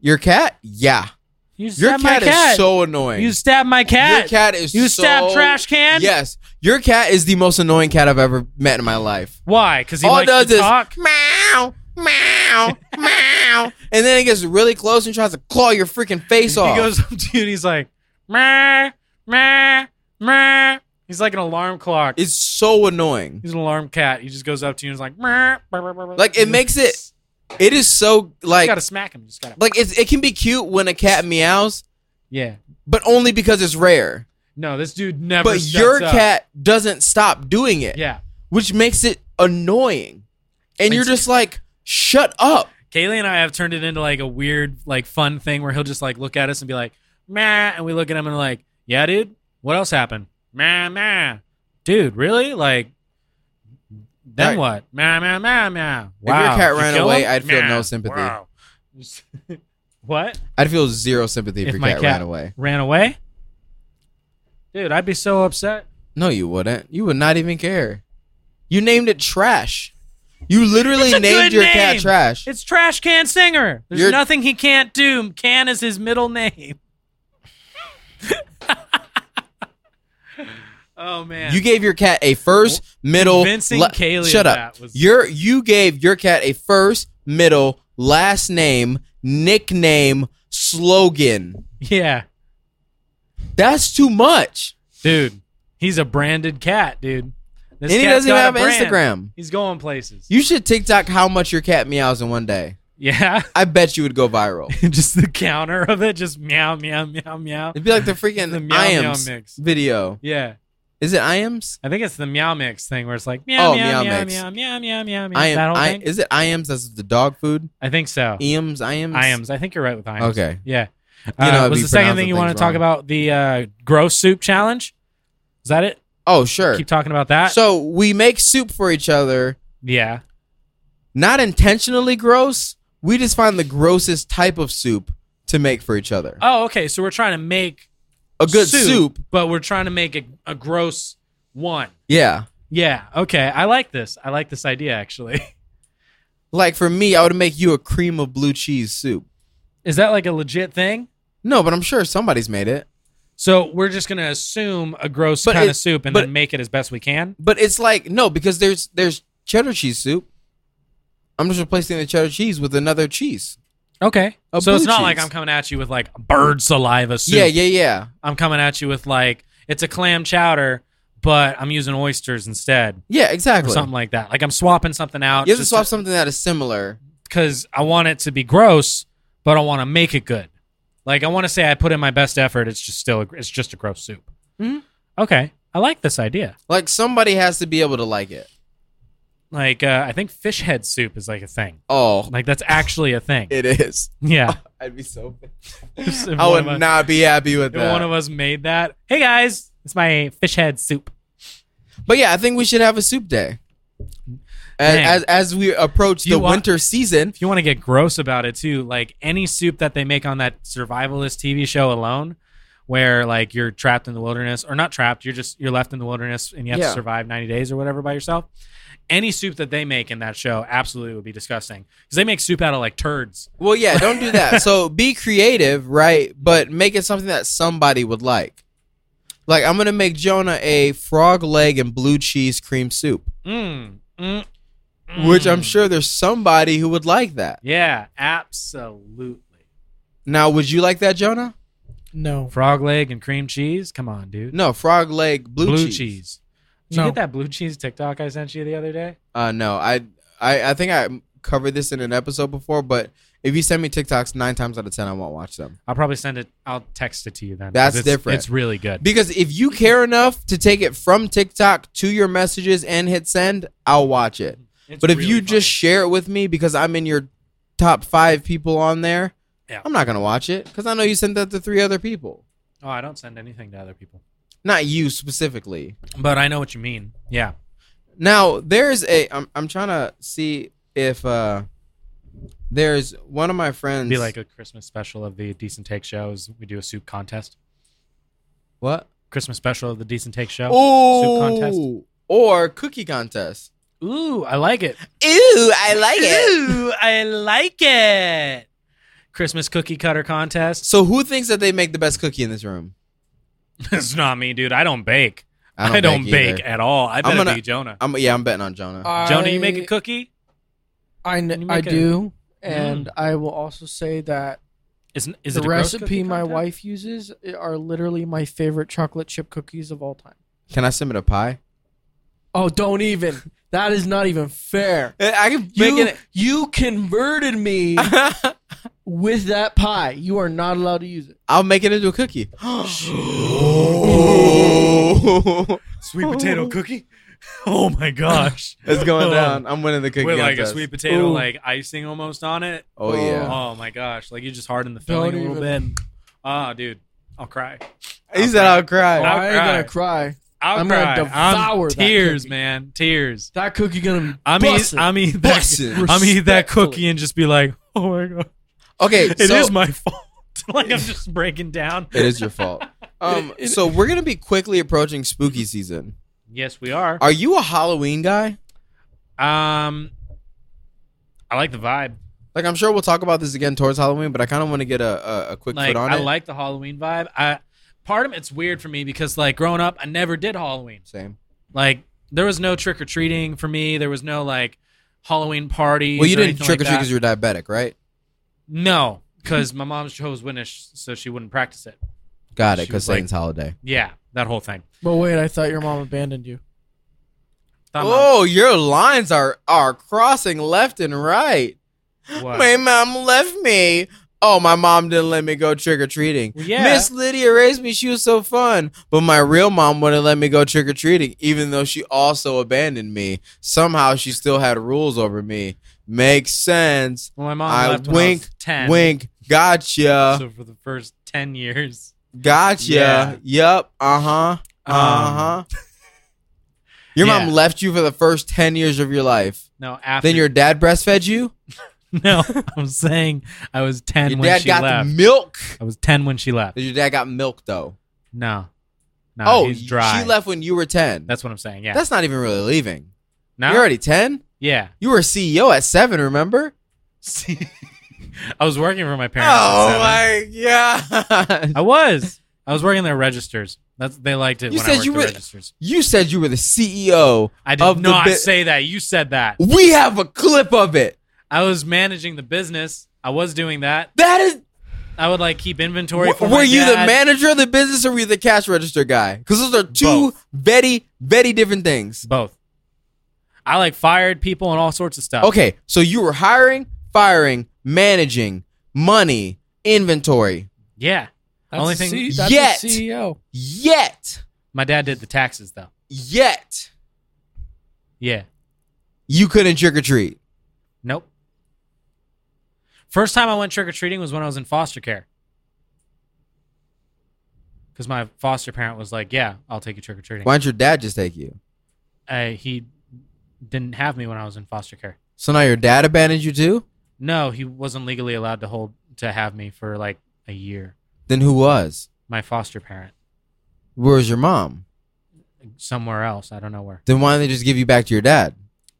Speaker 1: Your cat? Yeah.
Speaker 2: you
Speaker 1: Your
Speaker 2: stabbed my
Speaker 1: cat,
Speaker 2: cat.
Speaker 1: is so annoying.
Speaker 2: you stabbed my cat.
Speaker 1: Your cat is
Speaker 2: You
Speaker 1: so
Speaker 2: stabbed trash can?
Speaker 1: Yes. Your cat is the most annoying cat I've ever met in my life.
Speaker 2: Why? Because he
Speaker 1: All it does
Speaker 2: likes to
Speaker 1: is
Speaker 2: talk.
Speaker 1: meow, meow, meow, and then it gets really close and tries to claw your freaking face off.
Speaker 2: He goes up to you and he's like, meh, meh, meh. He's like an alarm clock.
Speaker 1: it's so annoying.
Speaker 2: he's an alarm cat. He just goes up to you and is like, meh, brr, brr, brr, brr."
Speaker 1: Like, it makes it, It is so
Speaker 2: You
Speaker 1: like
Speaker 2: gotta smack him. You just gotta.
Speaker 1: like it's, it can be cute when a cat meows,
Speaker 2: yeah.
Speaker 1: but only because it's rare.
Speaker 2: No, this dude never.
Speaker 1: But
Speaker 2: steps
Speaker 1: your
Speaker 2: up.
Speaker 1: cat doesn't stop doing it,
Speaker 2: Yeah.
Speaker 1: which makes it annoying. And you're
Speaker 2: Makes-
Speaker 1: just like, shut up.
Speaker 2: Kaylee and I have turned it into like a weird, like fun thing where he'll just like look at us and be like, meh. And we look at him and we're like, yeah, dude, what else happened? Meh, meh. Dude, really? Like,
Speaker 1: Right.
Speaker 2: then what? Meh, meh, meh, meh. Wow.
Speaker 1: your cat
Speaker 2: You
Speaker 1: ran
Speaker 2: kill
Speaker 1: away,
Speaker 2: him?
Speaker 1: I'd feel
Speaker 2: Meh.
Speaker 1: no sympathy.
Speaker 2: Wow. what?
Speaker 1: I'd feel zero sympathy if,
Speaker 2: If
Speaker 1: your
Speaker 2: my
Speaker 1: cat,
Speaker 2: cat-
Speaker 1: ran away.
Speaker 2: Ran away? Dude, I'd be so upset.
Speaker 1: No, you wouldn't. You would not even care. You named it trash. You literally
Speaker 2: It's a
Speaker 1: named
Speaker 2: good
Speaker 1: your cat
Speaker 2: name.
Speaker 1: trash.
Speaker 2: It's Trash Can Singer. There's
Speaker 1: You're-
Speaker 2: nothing he can't do. Can is his middle name. oh man.
Speaker 1: You gave your cat a first, middle,
Speaker 2: convincing Kaylee
Speaker 1: shut
Speaker 2: of
Speaker 1: up.
Speaker 2: that was-
Speaker 1: Your you gave your cat a first, middle, last name, nickname, slogan.
Speaker 2: yeah,
Speaker 1: That's too much.
Speaker 2: dude. He's a branded cat, dude. This
Speaker 1: and he
Speaker 2: cat's
Speaker 1: doesn't even have
Speaker 2: got a brand.
Speaker 1: Instagram.
Speaker 2: He's going places.
Speaker 1: You should TikTok how much your cat meows in one day.
Speaker 2: yeah,
Speaker 1: I bet you would go viral.
Speaker 2: just the counter of it, just meow, meow, meow, meow.
Speaker 1: It'd be like the freaking
Speaker 2: The meow, meow
Speaker 1: IAMS
Speaker 2: mix.
Speaker 1: video.
Speaker 2: Yeah,
Speaker 1: Is it IAMS?
Speaker 2: I think it's the meow mix thing where it's like meow,
Speaker 1: Oh, meow
Speaker 2: meow, meow,
Speaker 1: mix.
Speaker 2: meow, meow, meow, meow, meow.
Speaker 1: I am.
Speaker 2: That whole
Speaker 1: I,
Speaker 2: thing.
Speaker 1: is it IAMS? That's the dog food. E
Speaker 2: I think so.
Speaker 1: Iams. IAMS.
Speaker 2: Iams. I think you're right with Iams.
Speaker 1: Okay.
Speaker 2: Yeah.
Speaker 1: You know,
Speaker 2: Uh,
Speaker 1: I'd
Speaker 2: was
Speaker 1: be
Speaker 2: the second
Speaker 1: pronouncing
Speaker 2: thing you want to
Speaker 1: things
Speaker 2: talk
Speaker 1: wrong.
Speaker 2: about the uh, gross soup challenge? Is that it?
Speaker 1: Oh sure.
Speaker 2: Keep talking about that.
Speaker 1: So we make soup for each other.
Speaker 2: yeah.
Speaker 1: not intentionally gross. We just find the grossest type of soup to make for each other.
Speaker 2: Oh, okay. So we're trying to make
Speaker 1: a good soup.
Speaker 2: but we're trying to make a, a gross one.
Speaker 1: Yeah.
Speaker 2: Yeah. Okay. I like this. I like this idea actually.
Speaker 1: Like for me, I would make you a cream of blue cheese soup.
Speaker 2: Is that like a legit thing?
Speaker 1: No, but I'm sure somebody's made it.
Speaker 2: So we're just gonna assume a gross
Speaker 1: But
Speaker 2: kind
Speaker 1: it-
Speaker 2: of soup and
Speaker 1: but-
Speaker 2: then make it as best we can.
Speaker 1: But it's like no, because there's there's cheddar cheese soup. I'm just replacing the cheddar cheese with another cheese.
Speaker 2: Okay.
Speaker 1: A
Speaker 2: so it's
Speaker 1: blue
Speaker 2: not like
Speaker 1: cheese.
Speaker 2: I'm coming at you with like bird saliva soup.
Speaker 1: Yeah, yeah, yeah.
Speaker 2: I'm coming at you with like it's a clam chowder, but I'm using oysters instead
Speaker 1: Yeah,
Speaker 2: or
Speaker 1: exactly.
Speaker 2: something like that. Like I'm swapping something out.
Speaker 1: you have to swap something that is similar.
Speaker 2: because I want it to be gross, but I want to make it good. Like I want to say I put in my best effort. It's just still a, it's just a gross soup.
Speaker 1: Mhm.
Speaker 2: Okay, I like this idea.
Speaker 1: Like somebody has to be able to like it.
Speaker 2: Like uh, I think fish head soup is like a thing.
Speaker 1: Oh,
Speaker 2: Like that's actually a thing.
Speaker 1: it is.
Speaker 2: yeah.
Speaker 1: I'd be so.
Speaker 2: If
Speaker 1: I
Speaker 2: one of
Speaker 1: would
Speaker 2: us-
Speaker 1: not be happy with
Speaker 2: if
Speaker 1: that.
Speaker 2: one of us made that. Hey guys, it's my fish head soup.
Speaker 1: But yeah, I think we should have a soup day.
Speaker 2: Man.
Speaker 1: As, as, as we approach
Speaker 2: You
Speaker 1: the
Speaker 2: wa-
Speaker 1: winter season,
Speaker 2: if you want to get gross about it too, like any soup that they make on that survivalist TV show alone, where like you're trapped in the wilderness or not trapped, you're just you're left in the wilderness and you have
Speaker 1: Yeah.
Speaker 2: to survive 90 days or whatever by yourself. Any soup that they make in that show absolutely would be disgusting because they make soup out of like turds.
Speaker 1: well, yeah, don't do that. so be creative, right? But make it something that somebody would like. Like I'm gonna make Jonah a frog leg and blue cheese cream soup,
Speaker 2: Mm, mm,
Speaker 1: which I'm
Speaker 2: mm.
Speaker 1: sure there's somebody who would like that.
Speaker 2: Yeah, absolutely.
Speaker 1: Now, would you like that, Jonah?
Speaker 3: No.
Speaker 2: Frog leg and cream cheese. Come on, dude.
Speaker 1: No, frog leg blue,
Speaker 2: Blue,
Speaker 1: cheese.
Speaker 2: cheese. Did
Speaker 3: No.
Speaker 2: you get that blue cheese TikTok I sent you the other day?
Speaker 1: Uh, no, I, I, I think I covered this in an episode before, but if you send me TikToks, nine times out of ten, I won't watch them
Speaker 2: I'll probably send it. I'll text it to you then. 'cause
Speaker 1: That's
Speaker 2: it's,
Speaker 1: different.
Speaker 2: It's really good.
Speaker 1: because if you care enough to take it from TikTok to your messages and hit send, I'll watch it.
Speaker 2: It's
Speaker 1: but if
Speaker 2: really
Speaker 1: you
Speaker 2: funny.
Speaker 1: just share it with me because I'm in your top five people on there,
Speaker 2: Yeah.
Speaker 1: I'm not gonna watch it because I know you sent that to three other people,
Speaker 2: oh, I don't send anything to other people.
Speaker 1: not you specifically.
Speaker 2: But I know what you mean. Yeah.
Speaker 1: Now there's a I'm I'm trying to see if uh there's one of my friends
Speaker 2: Be like a Christmas special of the Decent Take shows. We do a soup contest.
Speaker 1: what
Speaker 2: Christmas special of the Decent Take show.
Speaker 1: oh
Speaker 2: contest.
Speaker 1: or cookie contest.
Speaker 2: Ooh, I like it.
Speaker 1: Ooh, I like
Speaker 2: Ooh, I like it. Christmas cookie cutter contest.
Speaker 1: So who thinks that they make the best cookie in this room?
Speaker 2: it's not me, dude. I don't bake. I don't, bake,
Speaker 1: either.
Speaker 2: at all. I bet
Speaker 1: gonna-
Speaker 2: it be Jonah.
Speaker 1: I'm yeah, I'm betting on Jonah.
Speaker 2: Jonah, you make a cookie?
Speaker 3: I,
Speaker 2: Can you
Speaker 3: kn- I
Speaker 2: make a-
Speaker 3: do,
Speaker 1: Mm.
Speaker 3: and I will also say that
Speaker 2: Is, is
Speaker 3: the
Speaker 2: it a gross
Speaker 3: recipe
Speaker 2: cookie
Speaker 3: my
Speaker 2: contest?
Speaker 3: wife uses are literally my favorite chocolate chip cookies of all time.
Speaker 1: Can I submit a pie?
Speaker 3: Oh, don't even. that is not even fair.
Speaker 1: Eh, I can make
Speaker 3: You,
Speaker 1: it.
Speaker 3: you converted me with that pie. You are not allowed to use it.
Speaker 1: I'll make it into a cookie. Oh.
Speaker 2: Sweet potato cookie? Oh my gosh.
Speaker 1: it's going down. I'm winning the cookie
Speaker 2: With like a
Speaker 1: contest.
Speaker 2: sweet potato,
Speaker 3: Ooh.
Speaker 2: like icing almost on it.
Speaker 1: oh yeah,
Speaker 2: Oh my gosh. Like you just harden the
Speaker 3: Don't
Speaker 2: filling a little bit.
Speaker 3: even.
Speaker 2: Ah, dude. I'll cry.
Speaker 1: he said I'll cry.
Speaker 2: I'll
Speaker 3: I ain't
Speaker 2: cry.
Speaker 3: gonna cry.
Speaker 2: I'll
Speaker 3: I'm
Speaker 2: cry.
Speaker 3: gonna devour
Speaker 2: I'm,
Speaker 3: that
Speaker 2: tears,
Speaker 3: cookie.
Speaker 2: man. Tears.
Speaker 3: That cookie gonna be
Speaker 2: I'm eat,
Speaker 3: bussin'.
Speaker 2: I'm eat that,
Speaker 1: Bussin'.
Speaker 2: I'm eat that
Speaker 3: Respectfully.
Speaker 2: cookie and just be like, oh my god,
Speaker 1: Okay,
Speaker 2: it is
Speaker 1: so,
Speaker 2: my fault. like I'm just breaking down.
Speaker 1: It is your fault. Um, so we're gonna be quickly approaching spooky season.
Speaker 2: Yes, we are.
Speaker 1: Are you a Halloween guy?
Speaker 2: Um, I like the vibe.
Speaker 1: Like I'm sure we'll talk about this again towards Halloween, but I kind of want to get a, a, a quick
Speaker 2: Like
Speaker 1: foot on
Speaker 2: I
Speaker 1: it.
Speaker 2: like the Halloween vibe. I part of it's weird for me because like growing up, I never did Halloween.
Speaker 1: Same.
Speaker 2: Like there was no trick or treating for me. There was no like Halloween party.
Speaker 1: Well, you didn't trick or treat because you're diabetic, right?
Speaker 2: no, because my mom's Jehovah's Witness, so she wouldn't practice it.
Speaker 1: Got it,
Speaker 2: She
Speaker 1: because
Speaker 2: was like-
Speaker 1: Satan's holiday.
Speaker 2: Yeah, that whole thing.
Speaker 3: But wait, I thought your mom abandoned you.
Speaker 2: Thought mom-
Speaker 1: Oh, your lines are are crossing left and right.
Speaker 2: what?
Speaker 1: My mom left me. Oh, my mom didn't let me go trick or treating.
Speaker 2: Well, yeah.
Speaker 1: Miss Lydia raised me. She was so fun. But my real mom wouldn't let me go trick or treating, even though she also abandoned me. Somehow she still had rules over me. Makes sense.
Speaker 2: Well, my mom
Speaker 1: I
Speaker 2: left when I was
Speaker 1: wink,
Speaker 2: ten.
Speaker 1: Wink. uh. Gotcha.
Speaker 2: So for the first ten years,
Speaker 1: gotcha.
Speaker 2: Yeah. Um,
Speaker 1: Yep. Uh huh. Uh huh. Your mom
Speaker 2: yeah.
Speaker 1: left you for the first 10 years of your life.
Speaker 2: no, after
Speaker 1: Then your dad breastfed you?
Speaker 2: no, I'm saying I was ten
Speaker 1: your
Speaker 2: when
Speaker 1: dad
Speaker 2: she
Speaker 1: got
Speaker 2: left.
Speaker 1: the milk.
Speaker 2: I was ten when she left.
Speaker 1: Your dad got milk, though.
Speaker 2: No, no,
Speaker 1: oh,
Speaker 2: he's dry.
Speaker 1: she left when you were 10.
Speaker 2: That's what I'm saying. Yeah,
Speaker 1: That's not even really leaving.
Speaker 2: no,
Speaker 1: You're already 10.
Speaker 2: yeah.
Speaker 1: You were a CEO at 7, remember?
Speaker 2: I was working for my parents. at
Speaker 1: Oh
Speaker 2: seven.
Speaker 1: my god.
Speaker 2: I was. I was working their registers. That's they liked it
Speaker 1: You
Speaker 2: when
Speaker 1: said
Speaker 2: I worked
Speaker 1: you
Speaker 2: the
Speaker 1: were-
Speaker 2: registers.
Speaker 1: You said you were the CEO.
Speaker 2: I did
Speaker 1: of the
Speaker 2: not
Speaker 1: bit-
Speaker 2: say that. You said that.
Speaker 1: We have a clip of it.
Speaker 2: I was managing the business. I was doing that.
Speaker 1: That is
Speaker 2: I would like keep inventory.
Speaker 1: W-
Speaker 2: for my
Speaker 1: were you the
Speaker 2: dad.
Speaker 1: manager of the business or were you the cash register guy? Because those are two
Speaker 2: Both.
Speaker 1: very, very different things.
Speaker 2: Both. I like fired people and all sorts of stuff.
Speaker 1: Okay, so you were hiring, firing, managing, money, inventory.
Speaker 2: Yeah. Only thing-
Speaker 3: C- E that's a
Speaker 1: Yet.
Speaker 3: CEO.
Speaker 1: Yet,
Speaker 2: My dad did the taxes though.
Speaker 1: yet,
Speaker 2: Yeah.
Speaker 1: you couldn't trick or treat.
Speaker 2: Nope. First time I went trick or treating was when I was in foster care. Because my foster parent was like, "Yeah, I'll take you trick or treating."
Speaker 1: Why didn't your dad just take you?
Speaker 2: Uh, he didn't have me when I was in foster care.
Speaker 1: So now your dad abandoned you too?
Speaker 2: No, he wasn't legally allowed to hold to have me for like a year.
Speaker 1: Then who was?
Speaker 2: My foster parent
Speaker 1: Where was your mom?
Speaker 2: somewhere else. I don't know where.
Speaker 1: Then why didn't they just give you back to your dad?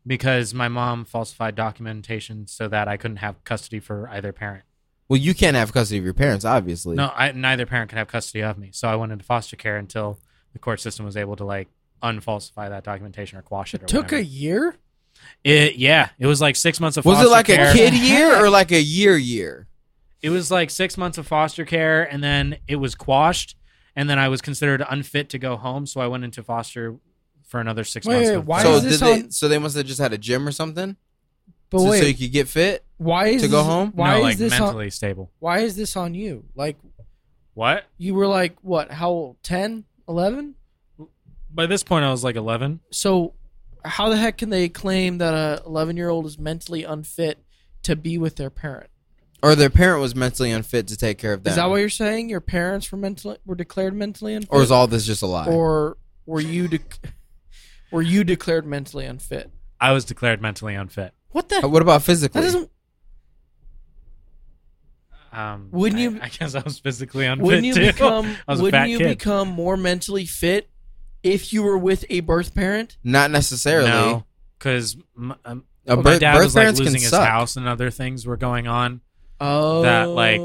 Speaker 2: Because my mom falsified documentation so that I couldn't have custody for either parent.
Speaker 1: Well, you can't have custody of your parents, obviously.
Speaker 2: No, I, neither parent could have custody of me. So I went into foster care until the court system was able to like unfalsify that documentation or quash it. Or
Speaker 3: It took a
Speaker 2: whatever.
Speaker 3: year.
Speaker 2: It, yeah, it was like six months of.
Speaker 1: Was
Speaker 2: foster
Speaker 1: it like
Speaker 2: care.
Speaker 1: a kid year or like a year year?
Speaker 2: It was like six months of foster care, and then it was quashed, and then I was considered unfit to go home, so I went into foster for another six
Speaker 3: Wait,
Speaker 2: months.
Speaker 3: wait,
Speaker 2: with
Speaker 3: why
Speaker 1: so
Speaker 3: is
Speaker 2: them.
Speaker 1: did
Speaker 3: this
Speaker 1: they?
Speaker 3: on-
Speaker 1: So they must have just had a gym or something,
Speaker 3: But
Speaker 1: so,
Speaker 3: wait,
Speaker 1: so you could get fit.
Speaker 3: why is
Speaker 1: to go
Speaker 3: this-
Speaker 1: home?
Speaker 3: Why
Speaker 2: no,
Speaker 3: is
Speaker 2: like
Speaker 3: this on?
Speaker 2: mentally stable?
Speaker 3: Why is this on you? Like
Speaker 2: What?
Speaker 3: you were like what? How old? 10, 11?
Speaker 2: By this point, I was like eleven.
Speaker 3: So how the heck can they claim that a 11 year old is mentally unfit to be with their parent?
Speaker 1: Or their parent was mentally unfit to take care of them.
Speaker 3: Is that what you're saying? Your parents were mentally were declared mentally unfit,
Speaker 1: Or is all this just a lie?
Speaker 3: Or were you dec were you declared mentally unfit?
Speaker 2: I was declared mentally unfit.
Speaker 3: What the?
Speaker 1: Uh, what about
Speaker 3: That
Speaker 1: physically?
Speaker 3: doesn't.
Speaker 2: Um,
Speaker 3: Wouldn't
Speaker 2: I-
Speaker 3: you-
Speaker 2: I guess I was physically unfit
Speaker 3: Wouldn't you
Speaker 2: too.
Speaker 3: become?
Speaker 2: I was a
Speaker 3: Wouldn't
Speaker 2: fat
Speaker 3: you
Speaker 2: kid.
Speaker 3: become more mentally fit if you were with a birth parent?
Speaker 1: Not necessarily.
Speaker 2: no, because my, um,
Speaker 1: A
Speaker 2: my
Speaker 1: birth-
Speaker 2: dad
Speaker 1: birth
Speaker 2: was like
Speaker 1: parents can
Speaker 2: losing his
Speaker 1: suck.
Speaker 2: house and other things were going on.
Speaker 3: Oh,
Speaker 2: like,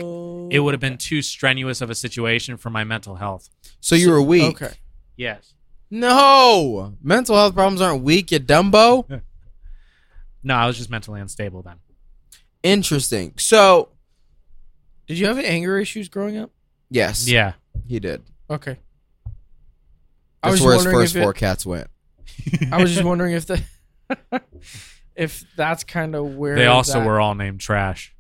Speaker 2: It would have been too strenuous of a situation for my mental health.
Speaker 1: So you were weak.
Speaker 3: Okay.
Speaker 2: Yes.
Speaker 1: No, mental health problems aren't weak. You dumbo.
Speaker 2: No, I was just mentally unstable then.
Speaker 1: Interesting. So
Speaker 3: Did you have anger issues growing up?
Speaker 1: yes,
Speaker 2: Yeah.
Speaker 1: he did.
Speaker 3: Okay. I
Speaker 1: That's
Speaker 3: was
Speaker 1: where his
Speaker 3: wondering
Speaker 1: first
Speaker 3: if it-
Speaker 1: four cats went.
Speaker 3: I was just wondering if the if that's kind of where
Speaker 2: They also
Speaker 3: that-
Speaker 2: were all named trash.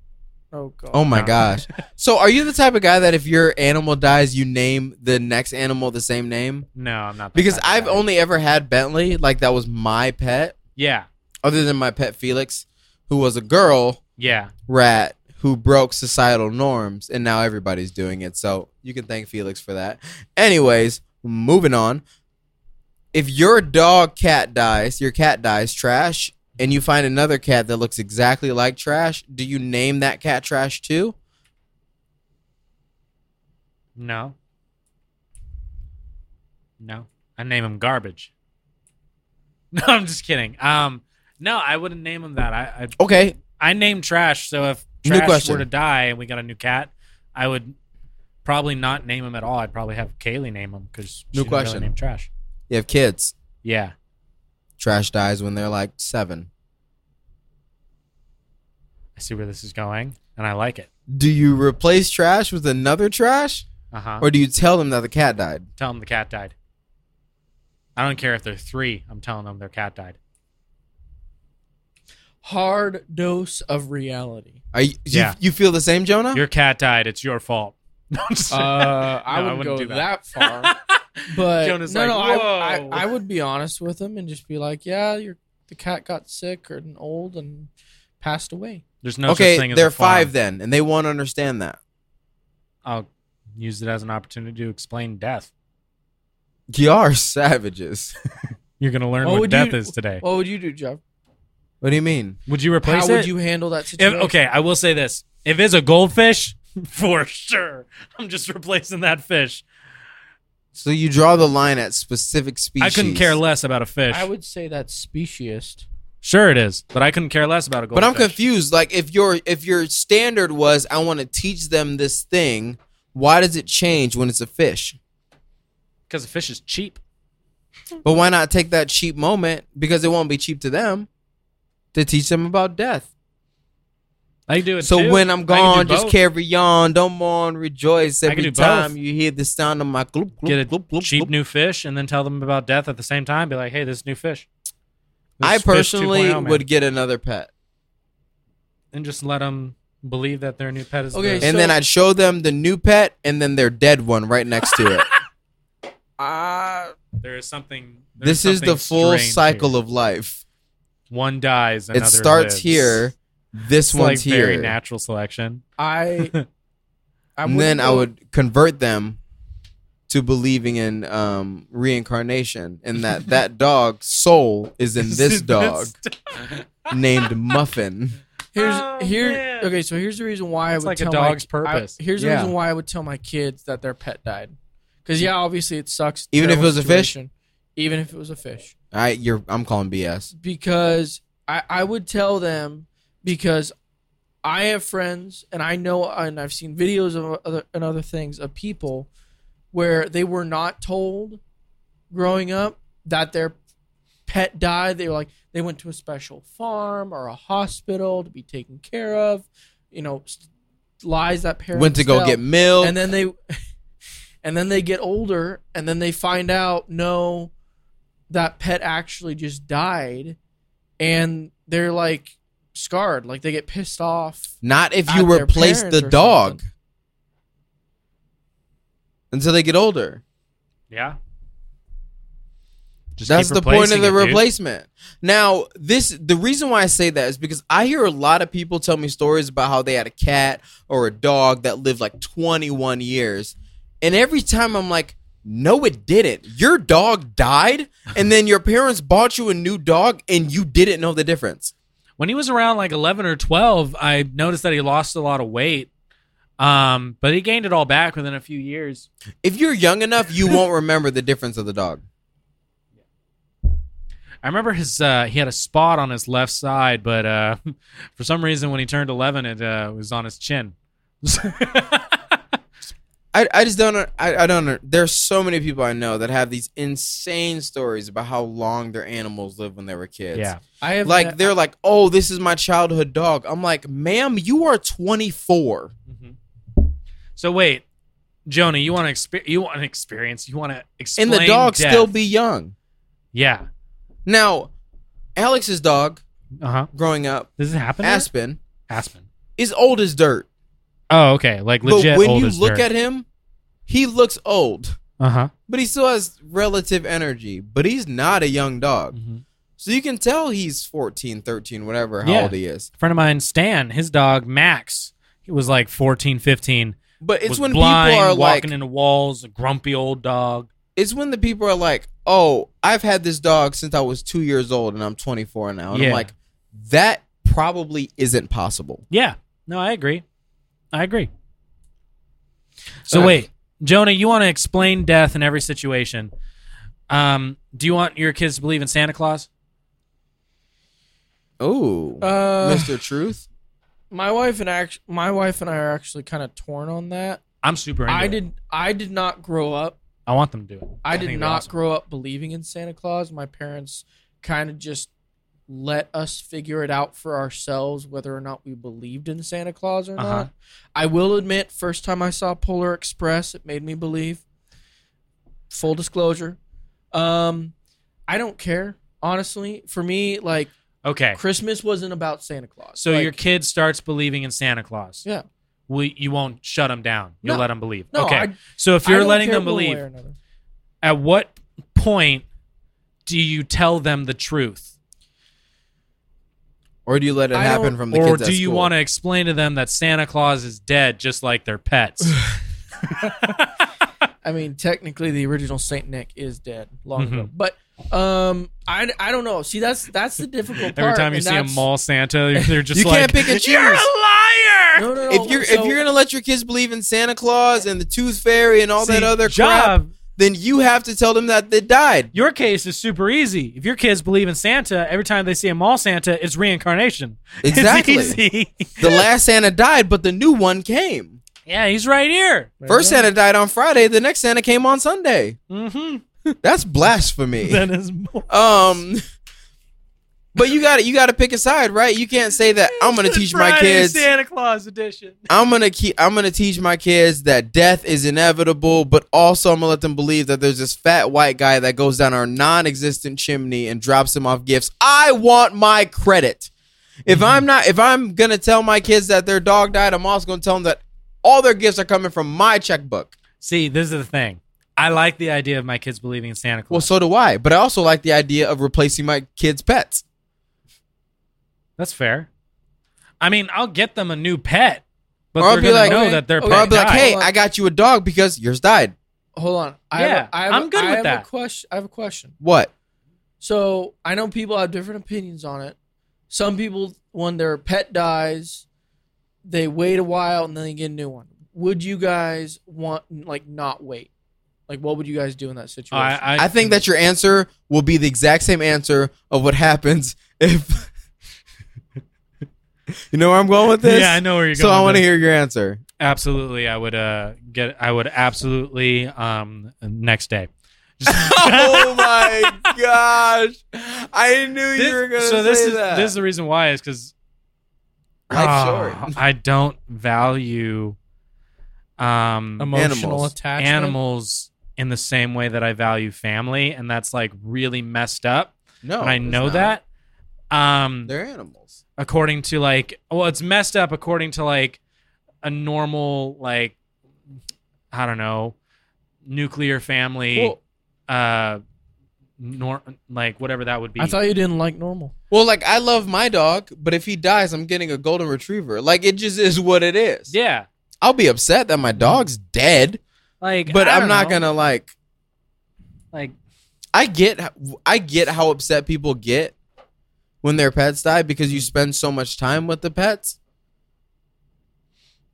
Speaker 3: Oh god.
Speaker 1: Oh my
Speaker 2: No.
Speaker 1: gosh. So are you the type of guy that if your animal dies, you name the next animal the same name?
Speaker 2: No, I'm not. that
Speaker 1: Because
Speaker 2: type of
Speaker 1: I've
Speaker 2: guy.
Speaker 1: only ever had Bentley, like that was my pet,
Speaker 2: Yeah.
Speaker 1: other than my pet Felix, who was a girl
Speaker 2: Yeah.
Speaker 1: rat who broke societal norms, and now everybody's doing it. So you can thank Felix for that. Anyways, moving on. If your dog cat dies, your cat dies trash, and you find another cat that looks exactly like trash, do you name that cat trash too?
Speaker 2: No. No. I name him garbage. No, I'm just kidding. Um, no, I wouldn't name him that. I
Speaker 1: Okay,
Speaker 2: I, I name trash. So if
Speaker 1: New
Speaker 2: trash
Speaker 1: question.
Speaker 2: were to die and we got a new cat, I would probably not name him at all. I'd probably have Kaylee name him because
Speaker 1: New question.
Speaker 2: Really name trash.
Speaker 1: you have kids.
Speaker 2: Yeah.
Speaker 1: Trash dies when they're like seven.
Speaker 2: I see where this is going, and I like it.
Speaker 1: Do you replace trash with another trash,
Speaker 2: Uh huh.
Speaker 1: or do you tell them that the cat died?
Speaker 2: Tell them the cat died. I don't care if they're three. I'm telling them their cat died.
Speaker 3: hard dose of reality.
Speaker 1: Are you, you-
Speaker 2: Yeah.
Speaker 1: you feel the same, Jonah?
Speaker 2: Your cat died. It's your fault. No, I'm
Speaker 1: Uh,
Speaker 2: just-
Speaker 3: Uh, I
Speaker 2: No, I
Speaker 3: wouldn't
Speaker 2: wouldn't
Speaker 3: go
Speaker 2: do
Speaker 3: that,
Speaker 2: that.
Speaker 3: far. But
Speaker 2: Jonah's
Speaker 3: no,
Speaker 2: like,
Speaker 3: no, I,
Speaker 2: "Whoa."
Speaker 3: I, I would be honest with him and just be like, yeah, your the cat got sick or old and passed away.
Speaker 2: There's no
Speaker 1: okay,
Speaker 2: such thing as
Speaker 1: they're
Speaker 2: a farm.
Speaker 1: five then, and they won't understand that.
Speaker 2: I'll use it as an opportunity to explain death.
Speaker 1: You are savages.
Speaker 2: You're gonna learn
Speaker 3: What
Speaker 2: what,
Speaker 3: would
Speaker 2: death
Speaker 3: you-
Speaker 2: is today.
Speaker 3: What would you do, Jeff?
Speaker 1: What do you mean?
Speaker 2: Would you replace
Speaker 3: How
Speaker 2: it?
Speaker 3: would you handle that
Speaker 2: If-
Speaker 3: situation?
Speaker 2: okay, I will say this: if it's a goldfish, for sure, I'm just replacing that fish.
Speaker 1: So you draw the line at specific species.
Speaker 2: I couldn't care less about a fish.
Speaker 3: I would say that's speciest.
Speaker 2: sure, it is, but I couldn't care less about a goldfish.
Speaker 1: But I'm confused. Like if your if your standard was I want to teach them this thing, why does it change when it's a fish?
Speaker 2: because a fish is cheap.
Speaker 1: But why not take that cheap moment because it won't be cheap to them to teach them about death.
Speaker 2: I can do it.
Speaker 1: So
Speaker 2: too.
Speaker 1: when I'm
Speaker 2: I can do
Speaker 1: gone, just
Speaker 2: both.
Speaker 1: carry on, don't mourn, rejoice
Speaker 2: I can
Speaker 1: every
Speaker 2: do both.
Speaker 1: time you hear the sound of my gloop gloop
Speaker 2: Get a
Speaker 1: gloop gloop.
Speaker 2: cheap
Speaker 1: gloop.
Speaker 2: new fish, and then tell them about death at the same time. Be like, hey, this is new fish. This
Speaker 1: I
Speaker 2: is fish 2.0,
Speaker 1: personally
Speaker 2: man.
Speaker 1: would get another pet.
Speaker 2: and just let them believe that their new pet is
Speaker 3: Okay,
Speaker 2: the-
Speaker 1: And
Speaker 3: So-
Speaker 1: then I'd show them the new pet and then their dead one right next to it.
Speaker 3: Uh,
Speaker 2: there is something. there
Speaker 1: this is
Speaker 2: something
Speaker 1: the full
Speaker 2: strange
Speaker 1: cycle
Speaker 2: here.
Speaker 1: of life.
Speaker 2: one dies. Another
Speaker 1: it starts
Speaker 2: lives.
Speaker 1: here. This
Speaker 2: It's
Speaker 1: one's
Speaker 2: like very
Speaker 1: here.
Speaker 2: natural selection.
Speaker 3: I, I
Speaker 1: and then
Speaker 3: wouldn't
Speaker 1: I
Speaker 3: go-
Speaker 1: would convert them to believing in um, reincarnation and that that dog's soul is in this dog named Muffin.
Speaker 3: Here's
Speaker 2: Oh,
Speaker 3: here.
Speaker 2: man.
Speaker 3: Okay, so here's the reason why
Speaker 2: It's
Speaker 3: I would
Speaker 2: like a
Speaker 3: tell
Speaker 2: dog's
Speaker 3: my, I-
Speaker 2: purpose.
Speaker 3: here's the
Speaker 1: Yeah.
Speaker 3: reason why I would tell my kids that their pet died. Because yeah, obviously it sucks.
Speaker 1: Even if it
Speaker 3: terrible
Speaker 1: was a fish?
Speaker 3: situation. Even if it was a fish,
Speaker 1: All right, you're I'm calling BS.
Speaker 3: because I I would tell them because I have friends and I know and I've seen videos of other and other things of people where they were not told growing up that their pet died. They were like they went to a special farm or a hospital to be taken care of. You know, s- lies that parents
Speaker 1: Went to go
Speaker 3: tell.
Speaker 1: get milk.
Speaker 3: and then they and then they get older and then they find out no, that pet actually just died and they're like scarred like they get pissed off
Speaker 1: Not if
Speaker 3: at
Speaker 1: you
Speaker 3: their
Speaker 1: replace the
Speaker 3: parents or
Speaker 1: dog
Speaker 3: something.
Speaker 1: until they get older.
Speaker 2: Yeah. Just
Speaker 1: That's
Speaker 2: keep
Speaker 1: the point
Speaker 2: replacing
Speaker 1: of the
Speaker 2: it, dude.
Speaker 1: replacement. Now, this the reason why I say that is because I hear a lot of people tell me stories about how they had a cat or a dog that lived like 21 years. And every time I'm like, no, it didn't. Your dog died, and then your parents bought you a new dog, and you didn't know the difference.
Speaker 2: When he was around like 11 or 12, I noticed that he lost a lot of weight. Um, but he gained it all back within a few years.
Speaker 1: If you're young enough, you won't remember the difference of the dog.
Speaker 2: I remember his uh, he had a spot on his left side, but uh, for some reason when he turned 11, it uh, was on his chin.
Speaker 1: I, I just don't I, I don't know. There's so many people I know that have these insane stories about how long their animals lived when they were kids.
Speaker 2: yeah.
Speaker 3: i have
Speaker 1: Like they're like, "Oh, this is my childhood dog." I'm like, "Ma'am, you are 24."
Speaker 2: Mm-hmm. So wait, Joni, you want to exper- you want an experience? You want to explain?
Speaker 1: And the dog
Speaker 2: death.
Speaker 1: still be young.
Speaker 2: yeah.
Speaker 1: Now, Alex's dog
Speaker 2: Uh huh.
Speaker 1: growing up,
Speaker 2: Does it happen? here?
Speaker 1: Aspen,
Speaker 2: Aspen.
Speaker 1: is old as dirt.
Speaker 2: Oh, okay. Like legit.
Speaker 1: but when you look at him, he looks old,
Speaker 2: uh huh.
Speaker 1: but he still has relative energy, but he's not a young dog. So you can tell he's 14, 13, whatever how
Speaker 2: Yeah.
Speaker 1: old he is.
Speaker 2: A friend of mine, Stan, his dog Max, he was like 14, 15.
Speaker 1: But it's
Speaker 2: was
Speaker 1: when
Speaker 2: blind,
Speaker 1: people are like,
Speaker 2: walking into walls, a grumpy old dog.
Speaker 1: it's when the people are like, "Oh, I've had this dog since I was two years old, and I'm 24 now." And
Speaker 2: Yeah.
Speaker 1: I'm like, that probably isn't possible.
Speaker 2: Yeah. No, I agree. I agree. So
Speaker 1: Uh,
Speaker 2: wait, Jonah, you want to explain death in every situation. Um, do you want your kids to believe in Santa Claus?
Speaker 1: Oh,
Speaker 3: uh,
Speaker 1: Mr. Truth.
Speaker 3: my wife and act- my wife and i are actually kind of torn on that
Speaker 2: I'm super. Into
Speaker 3: i
Speaker 2: it.
Speaker 3: did i did not grow up
Speaker 2: I want them to do it.
Speaker 3: I
Speaker 2: think
Speaker 3: did
Speaker 2: it'd be
Speaker 3: not
Speaker 2: awesome.
Speaker 3: grow up believing in Santa Claus. My parents kind of just let us figure it out for ourselves whether or not we believed in Santa Claus or
Speaker 2: Uh-huh.
Speaker 3: not. I will admit, first time I saw Polar Express, it made me believe. Full disclosure. Um, I don't care, honestly. For me, like
Speaker 2: Okay.
Speaker 3: Christmas wasn't about Santa Claus.
Speaker 2: So
Speaker 3: Like,
Speaker 2: your kid starts believing in Santa Claus.
Speaker 3: Yeah.
Speaker 2: Will you won't shut them down. You'll
Speaker 3: No.
Speaker 2: let them believe.
Speaker 3: no,
Speaker 2: okay.
Speaker 3: I,
Speaker 2: so if
Speaker 3: I
Speaker 2: you're
Speaker 3: don't
Speaker 2: letting
Speaker 3: care
Speaker 2: them
Speaker 3: one way
Speaker 2: believe,
Speaker 3: or another.
Speaker 2: at what point do you tell them the truth?
Speaker 1: Or do you let it
Speaker 3: I
Speaker 1: happen
Speaker 3: don't-
Speaker 1: from the
Speaker 2: Or
Speaker 1: kids?
Speaker 2: do you want to explain to them that Santa Claus is dead just like their pets?
Speaker 3: I mean, technically, the original Saint Nick is dead long ago,
Speaker 2: Mhm.
Speaker 3: but um, I, I don't know. See, that's that's the difficult part.
Speaker 2: Every time you
Speaker 3: and
Speaker 2: see a
Speaker 3: that's-
Speaker 2: mall Santa, they're just
Speaker 1: You
Speaker 2: like,
Speaker 1: can't pick and
Speaker 2: You're a
Speaker 1: choose."
Speaker 2: liar!
Speaker 3: no, no, no.
Speaker 1: If you're
Speaker 3: so,
Speaker 1: if you're gonna let your kids believe in Santa Claus and the Tooth Fairy and all that
Speaker 2: See,
Speaker 1: other crap,
Speaker 2: job.
Speaker 1: then you have to tell them that they died.
Speaker 2: Your case is super easy. If your kids believe in Santa, every time they see a mall Santa, it's reincarnation. It's
Speaker 1: Exactly.
Speaker 2: easy.
Speaker 1: The last Santa died, but the new one came.
Speaker 2: yeah, he's right here.
Speaker 1: First Santa died on Friday. The next Santa came on Sunday.
Speaker 2: Mm-hmm.
Speaker 1: That's blasphemy.
Speaker 2: That is more.
Speaker 1: Um, but you got to You got to pick a side, right? You can't say that I'm going to teach my
Speaker 2: Friday
Speaker 1: kids.
Speaker 2: Santa Claus edition.
Speaker 1: I'm gonna keep. I'm gonna teach my kids that death is inevitable, but also I'm gonna let them believe that there's this fat white guy that goes down our non-existent chimney and drops them off gifts. I want my credit. If I'm not, if I'm gonna tell my kids that their dog died, I'm also gonna tell them that all their gifts are coming from my checkbook.
Speaker 2: See, this is the thing. I like the idea of my kids believing in Santa Claus.
Speaker 1: Well, so do I. But I also like the idea of replacing my kids' pets.
Speaker 2: That's fair. I mean, I'll get them a new pet, but
Speaker 1: Or I'll
Speaker 2: they're
Speaker 1: be
Speaker 2: gonna
Speaker 1: like,
Speaker 2: know
Speaker 3: okay,
Speaker 2: that their
Speaker 3: okay,
Speaker 1: Or
Speaker 2: pet
Speaker 1: I'll be like,
Speaker 2: died.
Speaker 1: hey,
Speaker 3: Hold on.
Speaker 1: I got you a dog because yours died.
Speaker 3: hold on, I
Speaker 2: Yeah,
Speaker 3: have, a- I have,
Speaker 2: I'm good
Speaker 3: I
Speaker 2: with
Speaker 3: have
Speaker 2: that.
Speaker 3: A question. I have a question.
Speaker 1: What?
Speaker 3: So I know people have different opinions on it. Some people, when their pet dies, they wait a while and then they get a new one. Would you guys want like not wait? Like, what would you guys do in that situation?
Speaker 2: I, I,
Speaker 1: I think that your answer will be the exact same answer of what happens if. you know where I'm going with this?
Speaker 2: Yeah, I know where you're
Speaker 1: So
Speaker 2: going.
Speaker 1: I want to
Speaker 2: with
Speaker 1: hear your answer.
Speaker 2: it. Absolutely, I would uh get. I would absolutely um next day.
Speaker 1: oh my gosh! I knew you were gonna
Speaker 2: This- so this
Speaker 1: say
Speaker 2: is
Speaker 1: that.
Speaker 2: this is Ah. the reason why is because
Speaker 1: Life's short.
Speaker 2: I don't value um
Speaker 3: emotional
Speaker 1: Animals.
Speaker 3: attachment.
Speaker 2: animals in the same way that I value family, and that's like really messed up.
Speaker 1: No,
Speaker 2: and I
Speaker 1: Oh, it's
Speaker 2: know
Speaker 1: not.
Speaker 2: that. Um,
Speaker 1: they're animals.
Speaker 2: according to like, well, it's messed up according to like a normal like, I don't know, nuclear family,
Speaker 3: Well,
Speaker 2: uh, nor like whatever that would be.
Speaker 3: I thought you didn't like normal.
Speaker 1: Well, like I love my dog, but if he dies, I'm getting a golden retriever. Like it just is what it is.
Speaker 2: yeah,
Speaker 1: I'll be upset that my dog's dead,
Speaker 2: like,
Speaker 1: but
Speaker 2: I
Speaker 1: I'm
Speaker 2: don't
Speaker 1: not
Speaker 2: know.
Speaker 1: gonna like.
Speaker 2: like.
Speaker 1: I get, I get how upset people get when their pets die because you spend so much time with the pets.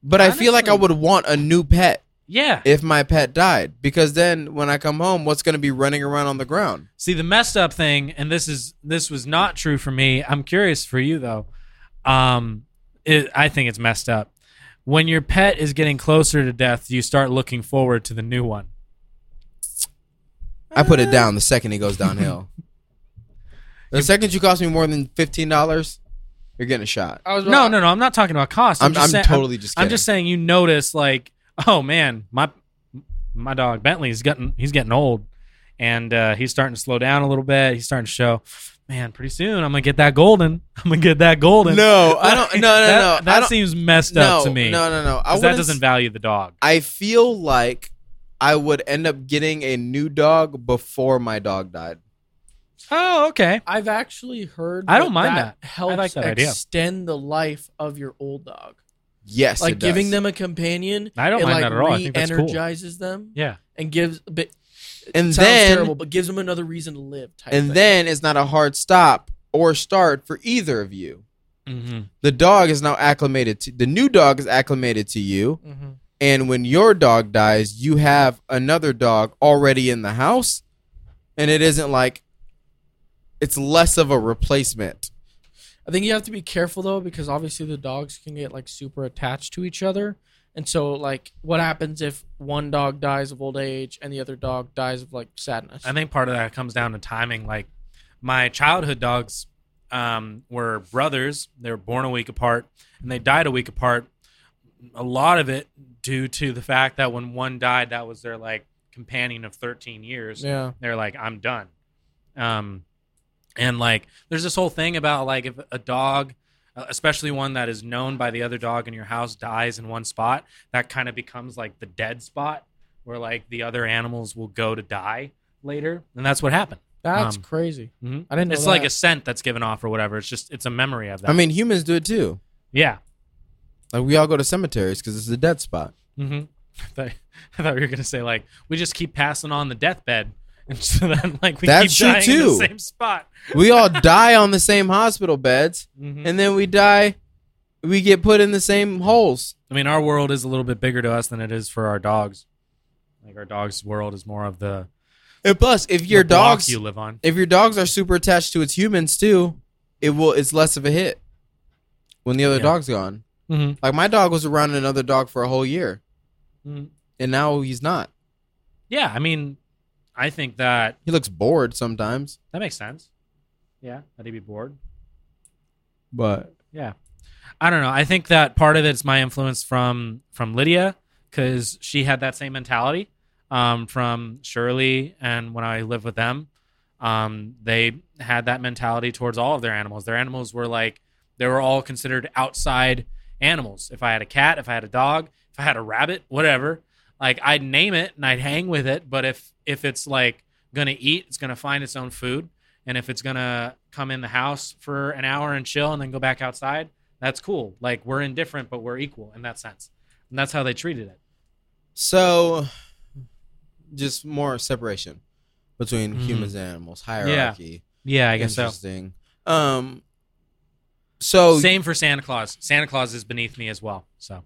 Speaker 1: But I feel like I
Speaker 2: Honestly-
Speaker 1: would want a new pet
Speaker 2: Yeah.
Speaker 1: if my pet died because then when I come home, what's gonna be running around on the ground?
Speaker 2: See the messed up thing, and this is this was not true for me. I'm curious for you though. Um, it, I think it's messed up. When your pet is getting closer to death, you start looking forward to the new one.
Speaker 1: I
Speaker 2: Uh.
Speaker 1: put it down the second he goes downhill. the second you cost me more than fifteen dollars, you're getting a shot.
Speaker 3: I was
Speaker 2: No, no, no. I'm not talking about cost. I'm,
Speaker 1: I'm,
Speaker 2: just
Speaker 1: I'm
Speaker 2: saying,
Speaker 1: totally just.
Speaker 2: I'm,
Speaker 1: Kidding.
Speaker 2: I'm just saying you notice like, oh man, my my dog Bentley's getting he's getting old, and uh, he's starting to slow down a little bit. He's starting to show, man. Pretty soon I'm gonna get that golden. I'm gonna get that golden.
Speaker 1: No, I don't. No, no,
Speaker 2: that,
Speaker 1: no.
Speaker 2: That
Speaker 1: I don't,
Speaker 2: seems messed
Speaker 1: no,
Speaker 2: up to me.
Speaker 1: No, no, no. I
Speaker 2: 'Cause that
Speaker 1: wouldn't
Speaker 2: doesn't
Speaker 1: s-
Speaker 2: value the dog.
Speaker 1: I feel like I would end up getting a new dog before my dog died.
Speaker 2: Oh, okay.
Speaker 3: I've actually heard.
Speaker 2: I don't mind
Speaker 3: Helps
Speaker 2: like that idea.
Speaker 3: extend the life of your old dog.
Speaker 1: Yes,
Speaker 3: like
Speaker 1: it does.
Speaker 3: giving them a companion.
Speaker 2: I don't
Speaker 3: it
Speaker 2: mind
Speaker 3: like
Speaker 2: that at all. I think that's cool.
Speaker 3: re-energizes them
Speaker 2: Yeah.
Speaker 3: and gives. But
Speaker 1: and
Speaker 3: sounds
Speaker 1: then
Speaker 3: terrible, but gives them another reason to live. Type
Speaker 1: and
Speaker 3: thing.
Speaker 1: then it's not a hard stop or start for either of you.
Speaker 2: Mm-hmm.
Speaker 1: The dog is now acclimated to the new dog is acclimated to you.
Speaker 3: Mhm.
Speaker 1: And when your dog dies, you have another dog already in the house. And it isn't like it's less of a replacement.
Speaker 3: I think you have to be careful though, because obviously the dogs can get like super attached to each other. And so, like, what happens if one dog dies of old age and the other dog dies of like sadness?
Speaker 2: I think part of that comes down to timing. Like my childhood dogs um, were brothers. They were born a week apart and they died a week apart. A lot of it due to the fact that when one died, that was their like companion of 13 years.
Speaker 3: yeah.
Speaker 2: they're like i'm done um and like there's this whole thing about like if a dog uh, especially one that is known by the other dog in your house dies in one spot that kind of becomes like the dead spot where like the other animals will go to die later and that's what happened
Speaker 3: That's
Speaker 2: Um,
Speaker 3: crazy.
Speaker 2: Mhm.
Speaker 3: I didn't know
Speaker 2: it's like
Speaker 3: that.
Speaker 2: a scent that's given off or whatever it's just it's a memory of that
Speaker 1: I mean, humans do it too.
Speaker 2: yeah
Speaker 1: Like we all go to cemeteries because it's a dead spot.
Speaker 2: mm-hmm. I, thought, I thought you were gonna say like we just keep passing on the deathbed and so then like we
Speaker 1: That's
Speaker 2: keep
Speaker 1: true,
Speaker 2: dying in the
Speaker 1: too.
Speaker 2: same spot
Speaker 1: We all die on the same hospital beds,
Speaker 2: Mhm.
Speaker 1: and then we die. We get put in the same holes.
Speaker 2: I mean, our world is a little bit bigger to us than it is for our dogs. Like our dog's world is more of the
Speaker 1: And plus, if your
Speaker 2: the block
Speaker 1: dogs,
Speaker 2: you live on.
Speaker 1: if your dogs are super attached to its humans too, it will. It's less of a hit when the other
Speaker 2: Yeah.
Speaker 1: dog's gone.
Speaker 2: Mm-hmm.
Speaker 1: Like my dog was around another dog for a whole year,
Speaker 2: Mhm.
Speaker 1: and now he's not.
Speaker 2: Yeah, I mean, I think that
Speaker 1: He looks bored sometimes,
Speaker 2: that makes sense. Yeah, that he'd be bored.
Speaker 1: but
Speaker 2: Yeah, I don't know. I think that part of it's my influence from from Lydia because she had that same mentality um, from Shirley, and when I lived with them, um, they had that mentality towards all of their animals. Their animals were like they were all considered outside animals. If I had a cat, if I had a dog, if I had a rabbit, whatever, like I'd name it and I'd hang with it. But if if it's like gonna eat, it's gonna find its own food, and if it's gonna come in the house for an hour and chill and then go back outside, that's cool. Like we're indifferent, but we're equal in that sense, and that's how they treated it.
Speaker 1: so just more separation between
Speaker 2: Mhm.
Speaker 1: humans and animals hierarchy.
Speaker 2: Yeah, I
Speaker 1: Interesting. Um, so
Speaker 2: Same for Santa Claus. Santa Claus is beneath me as well. So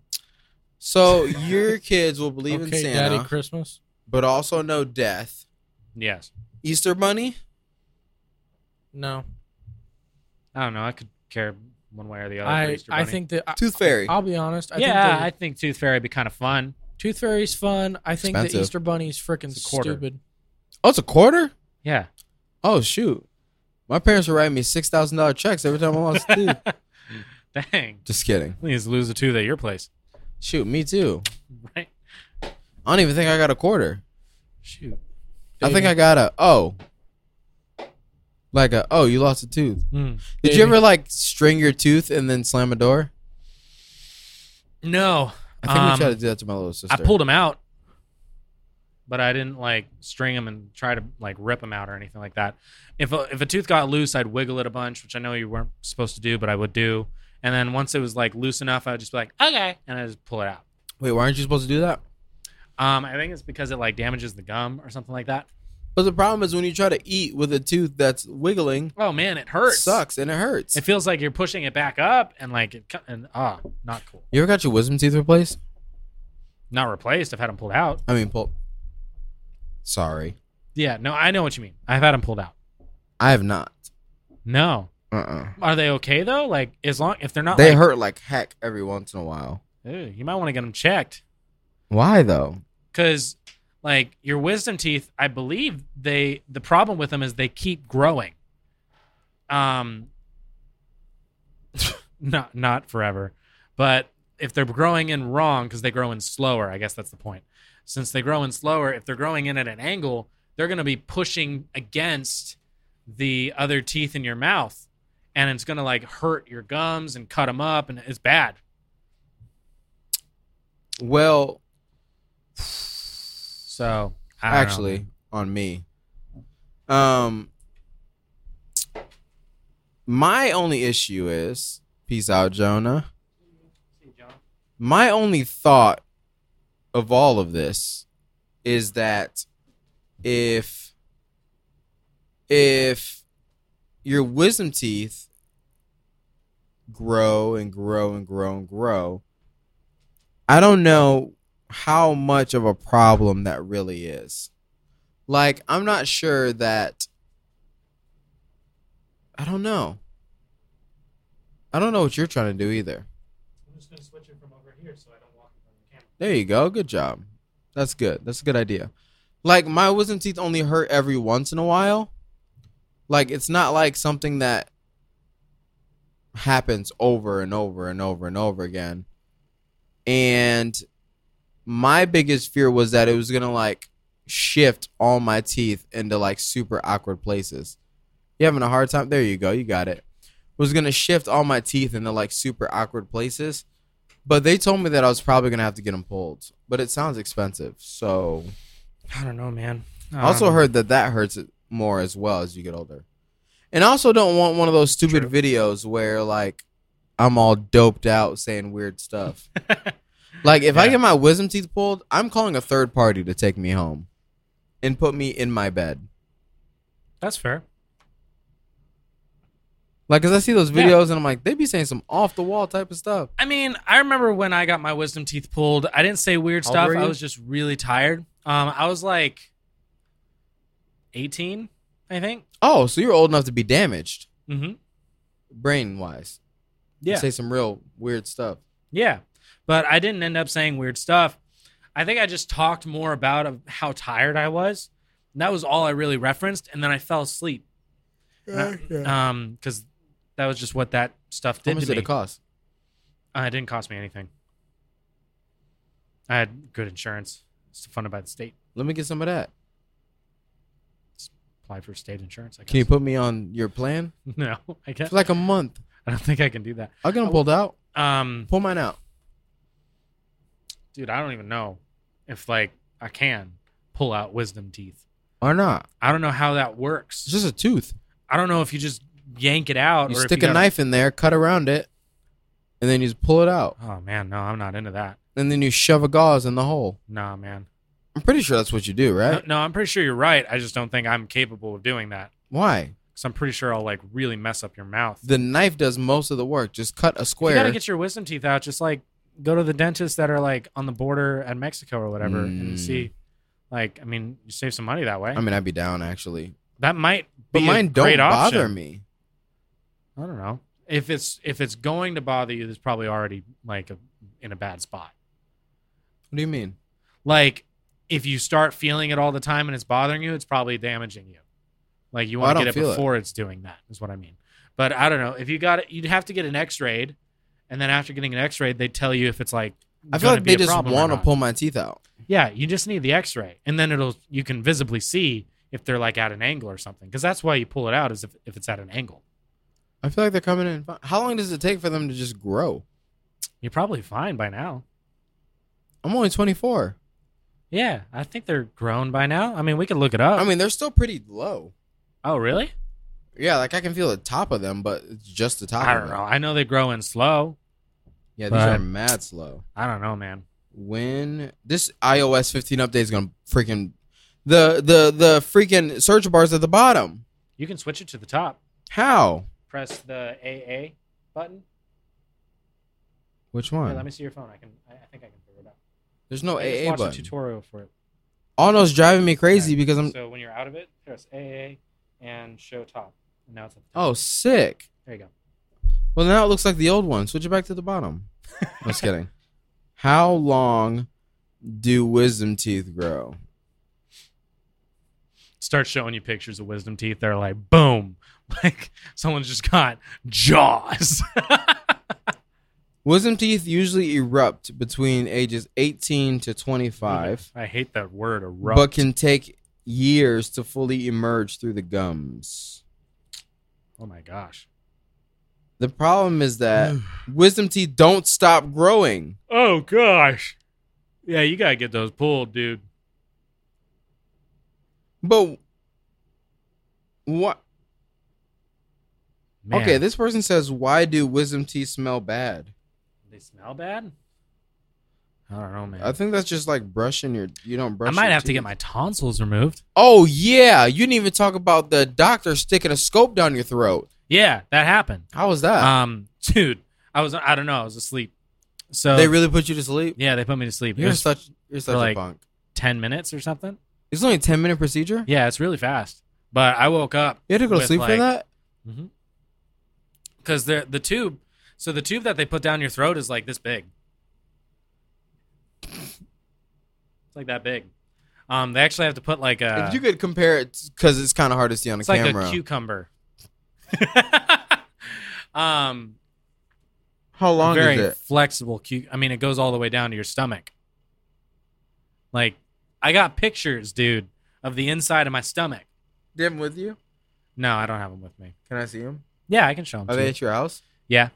Speaker 1: so your kids will believe in
Speaker 3: okay,
Speaker 1: Santa,
Speaker 3: Daddy Christmas.
Speaker 1: but also know death.
Speaker 2: yes,
Speaker 1: Easter Bunny.
Speaker 3: No,
Speaker 2: I don't know. I could care one way or the other. for
Speaker 3: I
Speaker 2: Easter
Speaker 3: I
Speaker 2: Bunny.
Speaker 3: think that I,
Speaker 1: Tooth Fairy.
Speaker 3: I'll be honest. I
Speaker 2: yeah,
Speaker 3: think
Speaker 2: I think Tooth Fairy would be kind of fun.
Speaker 3: the Tooth Fairy's fun. I think the
Speaker 1: Expensive.
Speaker 3: Easter Bunny's freaking
Speaker 2: It's a quarter.
Speaker 3: stupid.
Speaker 1: Oh, it's a quarter.
Speaker 2: Yeah.
Speaker 1: Oh shoot, my parents were writing me six thousand dollar checks every time I lost a tooth.
Speaker 2: Dang.
Speaker 1: Just kidding.
Speaker 2: Please lose a tooth at your place,
Speaker 1: Shoot, me too.
Speaker 2: right?
Speaker 1: I don't even think I got a quarter.
Speaker 2: Shoot.
Speaker 1: I think I got a oh. Like a oh, you lost a tooth.
Speaker 2: Mm.
Speaker 1: Did you
Speaker 3: Baby.
Speaker 1: ever like string your tooth and then slam a door?
Speaker 2: No.
Speaker 1: I think
Speaker 2: Um,
Speaker 1: we tried to do that to my little sister.
Speaker 2: I pulled him out, but I didn't like string him and try to like rip him out or anything like that. If a, if a tooth got loose, I'd wiggle it a bunch, which I know you weren't supposed to do, but I would do. And then once it was like loose enough, I would just be like, okay, and I just pull it out.
Speaker 1: Wait, why aren't you supposed to do that?
Speaker 2: Um, I think it's because it like damages the gum or something like that.
Speaker 1: But the problem is when you try to eat with a tooth that's wiggling,
Speaker 2: Oh man, it
Speaker 1: it
Speaker 2: hurts.
Speaker 1: sucks and it hurts.
Speaker 2: It feels like you're pushing it back up and like it cu- and ah, not cool.
Speaker 1: you ever got your wisdom teeth replaced?
Speaker 2: Not replaced. I've had them pulled out.
Speaker 1: I mean, pulled. Sorry,
Speaker 2: Yeah, no, I know what you mean. I've had them pulled out.
Speaker 1: I have not.
Speaker 2: No,
Speaker 1: Uh. uh
Speaker 2: are they okay though? Like as long if they're not
Speaker 1: They
Speaker 2: like,
Speaker 1: hurt like heck every once in a while.
Speaker 2: Ew, you might want to get them checked
Speaker 1: Why though?
Speaker 2: because, like, your wisdom teeth, I believe they the problem with them is they keep growing. Um, not not forever, but if they're growing in wrong because they grow in slower, I guess that's the point. Since they grow in slower, if they're growing in at an angle, they're going to be pushing against the other teeth in your mouth, and it's going to like hurt your gums and cut them up, and it's bad.
Speaker 1: Well,
Speaker 2: So I don't know.
Speaker 1: actually, on me. Um, my only issue is peace out, Jonah. my only thought of all of this is that if if your wisdom teeth grow and grow and grow and grow i don't know how much of a problem that really is like i'm not sure that i don't know i don't know what you're trying to do either
Speaker 2: I'm just gonna switch it from over here so I don't walk in front of the camera.
Speaker 1: There you go. Good job. That's good. That's a good idea. Like my wisdom teeth only hurt every once in a while. Like it's not like something that happens over and over and over and over again. And my biggest fear was that it was going to like shift all my teeth into like super awkward places. You having a hard time? There you go. You got it. Was going to shift all my teeth into like super awkward places. But they told me that I was probably gonna have to get them pulled. But it sounds expensive, so
Speaker 2: I don't know, man. Um,
Speaker 1: I
Speaker 3: Um.
Speaker 1: also heard that that hurts it more as well as you get older. And I also don't want one of those stupid
Speaker 2: True.
Speaker 1: videos where like I'm all doped out saying weird stuff. like if I
Speaker 2: Yeah.
Speaker 1: get my wisdom teeth pulled, I'm calling a third party to take me home and put me in my bed.
Speaker 2: that's fair.
Speaker 1: Like, cause I see those
Speaker 2: Yeah.
Speaker 1: videos and I'm like, they be saying some off the wall type of stuff.
Speaker 2: I mean, I remember when I got my wisdom teeth pulled. I didn't say weird
Speaker 1: How old
Speaker 2: stuff.
Speaker 1: were
Speaker 2: I
Speaker 1: you?
Speaker 2: was just really tired. Um, I was like eighteen, I think.
Speaker 1: Oh, so you're old enough to be damaged,
Speaker 2: Mm-hmm.
Speaker 1: brain wise.
Speaker 2: Yeah,
Speaker 1: Say some real weird stuff.
Speaker 2: yeah. But I didn't end up saying weird stuff. I think I just talked more about of how tired I was. And that was all I really referenced, and then I fell asleep. Um, because that was just what that stuff did
Speaker 1: How much
Speaker 2: to
Speaker 1: did
Speaker 2: me.
Speaker 1: it cost?
Speaker 2: Uh, it didn't cost me anything. I had good insurance. It's funded by the state.
Speaker 1: Let me get some of that.
Speaker 2: Apply for state insurance. I guess.
Speaker 1: Can you put me on your plan
Speaker 2: no, I guess
Speaker 1: for like a month?
Speaker 2: I don't think I can do that.
Speaker 1: I'll get them pulled out.
Speaker 2: Um,
Speaker 1: Pull mine out.
Speaker 2: dude, I don't even know if like I can pull out wisdom teeth.
Speaker 1: Or not.
Speaker 2: I don't know how that works.
Speaker 1: It's just a tooth.
Speaker 2: I don't know if you just yank it out
Speaker 1: You
Speaker 2: or if
Speaker 1: stick a
Speaker 2: you gotta-
Speaker 1: knife in there, cut around it, and then you just pull it out.
Speaker 2: Oh man, no, I'm not into that.
Speaker 1: And then you shove a gauze in the hole.
Speaker 2: Nah, man.
Speaker 1: I'm pretty sure that's what you do, right?
Speaker 2: No, no, I'm pretty sure you're right. I just don't think I'm capable of doing that
Speaker 1: Why?
Speaker 2: because I'm pretty sure I'll like really mess up your mouth.
Speaker 1: The knife does most of the work. Just cut a
Speaker 2: You gotta
Speaker 1: square.
Speaker 2: get your wisdom teeth out. Just like go to the dentist that are like on the border at Mexico or whatever,
Speaker 1: Mm.
Speaker 2: and see. Like, I mean, you save some money that way.
Speaker 1: I mean, I'd be down actually,
Speaker 2: that might,
Speaker 1: but
Speaker 2: be a
Speaker 1: mine don't
Speaker 2: great
Speaker 1: bother
Speaker 2: option.
Speaker 1: me.
Speaker 2: I don't know if it's if it's going to bother you. There's probably already like a, in a bad spot.
Speaker 1: What do you mean?
Speaker 2: Like if you start feeling it all the time and it's bothering you, it's probably damaging you. Like you
Speaker 1: Well, Oh, I
Speaker 2: want to
Speaker 1: don't
Speaker 2: get it
Speaker 1: feel it.
Speaker 2: before it's doing that. Is what I mean. But I don't know if you got it. You'd have to get an X-ray, and then after getting an X-ray, they tell you if it's like
Speaker 1: I feel
Speaker 2: gonna
Speaker 1: like
Speaker 2: be
Speaker 1: they
Speaker 2: a
Speaker 1: just
Speaker 2: problem or
Speaker 1: want to
Speaker 2: not.
Speaker 1: pull my teeth out.
Speaker 2: Yeah, you just need the X-ray, and then it'll you can visibly see if they're like at an angle or something, because that's why you pull it out is if, if it's at an angle.
Speaker 1: I feel like they're coming in. fi- How long does it take for them to just grow?
Speaker 2: You're probably fine by now.
Speaker 1: I'm only 24.
Speaker 2: Yeah, I think they're grown by now. I mean, we could look it up.
Speaker 1: I mean, they're still pretty low.
Speaker 2: oh, really?
Speaker 1: Yeah, like I can feel the top of them, but it's just the top.
Speaker 2: I
Speaker 1: of
Speaker 2: don't
Speaker 1: it.
Speaker 2: know. I know they grow in slow.
Speaker 1: Yeah, these
Speaker 2: But-
Speaker 1: are mad slow.
Speaker 2: I don't know, man.
Speaker 1: When this iOS 15 update is gonna freaking the the the freaking search bars at the bottom.
Speaker 2: You can switch it to the top.
Speaker 1: How?
Speaker 2: Press the AA button.
Speaker 1: Which
Speaker 2: Here,
Speaker 1: one?
Speaker 2: let me see your phone. I can. I, I think I can figure it out.
Speaker 1: There's no
Speaker 2: I just
Speaker 1: AA
Speaker 2: watched a
Speaker 1: Oh, button.
Speaker 2: tutorial for it.
Speaker 1: Alno's driving me crazy
Speaker 2: Okay.
Speaker 1: because I'm.
Speaker 2: So when you're out of it, press AA and show top. And now it's at the top.
Speaker 1: Oh, sick.
Speaker 2: There you go.
Speaker 1: Well, now it looks like the old one. Switch it back to the bottom. I'm just kidding. How long do wisdom teeth grow?
Speaker 2: Start showing you pictures of wisdom teeth. They're like, boom, like someone's just got jaws.
Speaker 1: Wisdom teeth usually erupt between ages 18 to 25,
Speaker 2: I hate that word. Erupt.
Speaker 1: but can take years to fully emerge through the gums.
Speaker 2: oh my gosh.
Speaker 1: The problem is that wisdom teeth don't stop growing.
Speaker 2: Oh gosh. Yeah, you gotta get those pulled, dude.
Speaker 1: But what?
Speaker 2: Man,
Speaker 1: Okay, this person says, "Why do wisdom teeth smell bad?"
Speaker 2: they smell bad. I don't know, man.
Speaker 1: I think that's just like brushing your. You don't brush.
Speaker 2: I might
Speaker 1: your
Speaker 2: have to
Speaker 1: teeth.
Speaker 2: get my tonsils removed.
Speaker 1: Oh yeah, you didn't even talk about the doctor sticking a scope down your throat.
Speaker 2: Yeah, that happened.
Speaker 1: How was that?
Speaker 2: Um, dude, I was I don't know, I was asleep. So
Speaker 1: they really put you to sleep.
Speaker 2: Um, yeah, they put me to sleep. It
Speaker 1: You're
Speaker 2: was
Speaker 1: such you're such
Speaker 2: like-
Speaker 1: a punk.
Speaker 2: ten minutes or something.
Speaker 1: It's only a ten minute procedure.
Speaker 2: Yeah, it's really fast. But I woke up
Speaker 1: You had to go to
Speaker 2: with,
Speaker 1: sleep for
Speaker 2: like-
Speaker 1: that.
Speaker 2: because the the tube. So the tube that they put down your throat is like this big. It's like that big. Um, they actually have to put like a
Speaker 1: if you could compare it, because it's kind of hard to see on a
Speaker 2: uh, it's
Speaker 1: camera.
Speaker 2: like a cucumber. um,
Speaker 1: How long
Speaker 2: very
Speaker 1: is it?
Speaker 2: flexible. Cu- I mean, it goes all the way down to your stomach. Like, I got pictures, dude, of the inside of my stomach.
Speaker 1: Them with you?
Speaker 2: No, I don't have them with me.
Speaker 1: Can I see them?
Speaker 2: Yeah, I can show them.
Speaker 1: Are
Speaker 2: to
Speaker 1: they
Speaker 2: you.
Speaker 1: at your house?
Speaker 2: Yeah.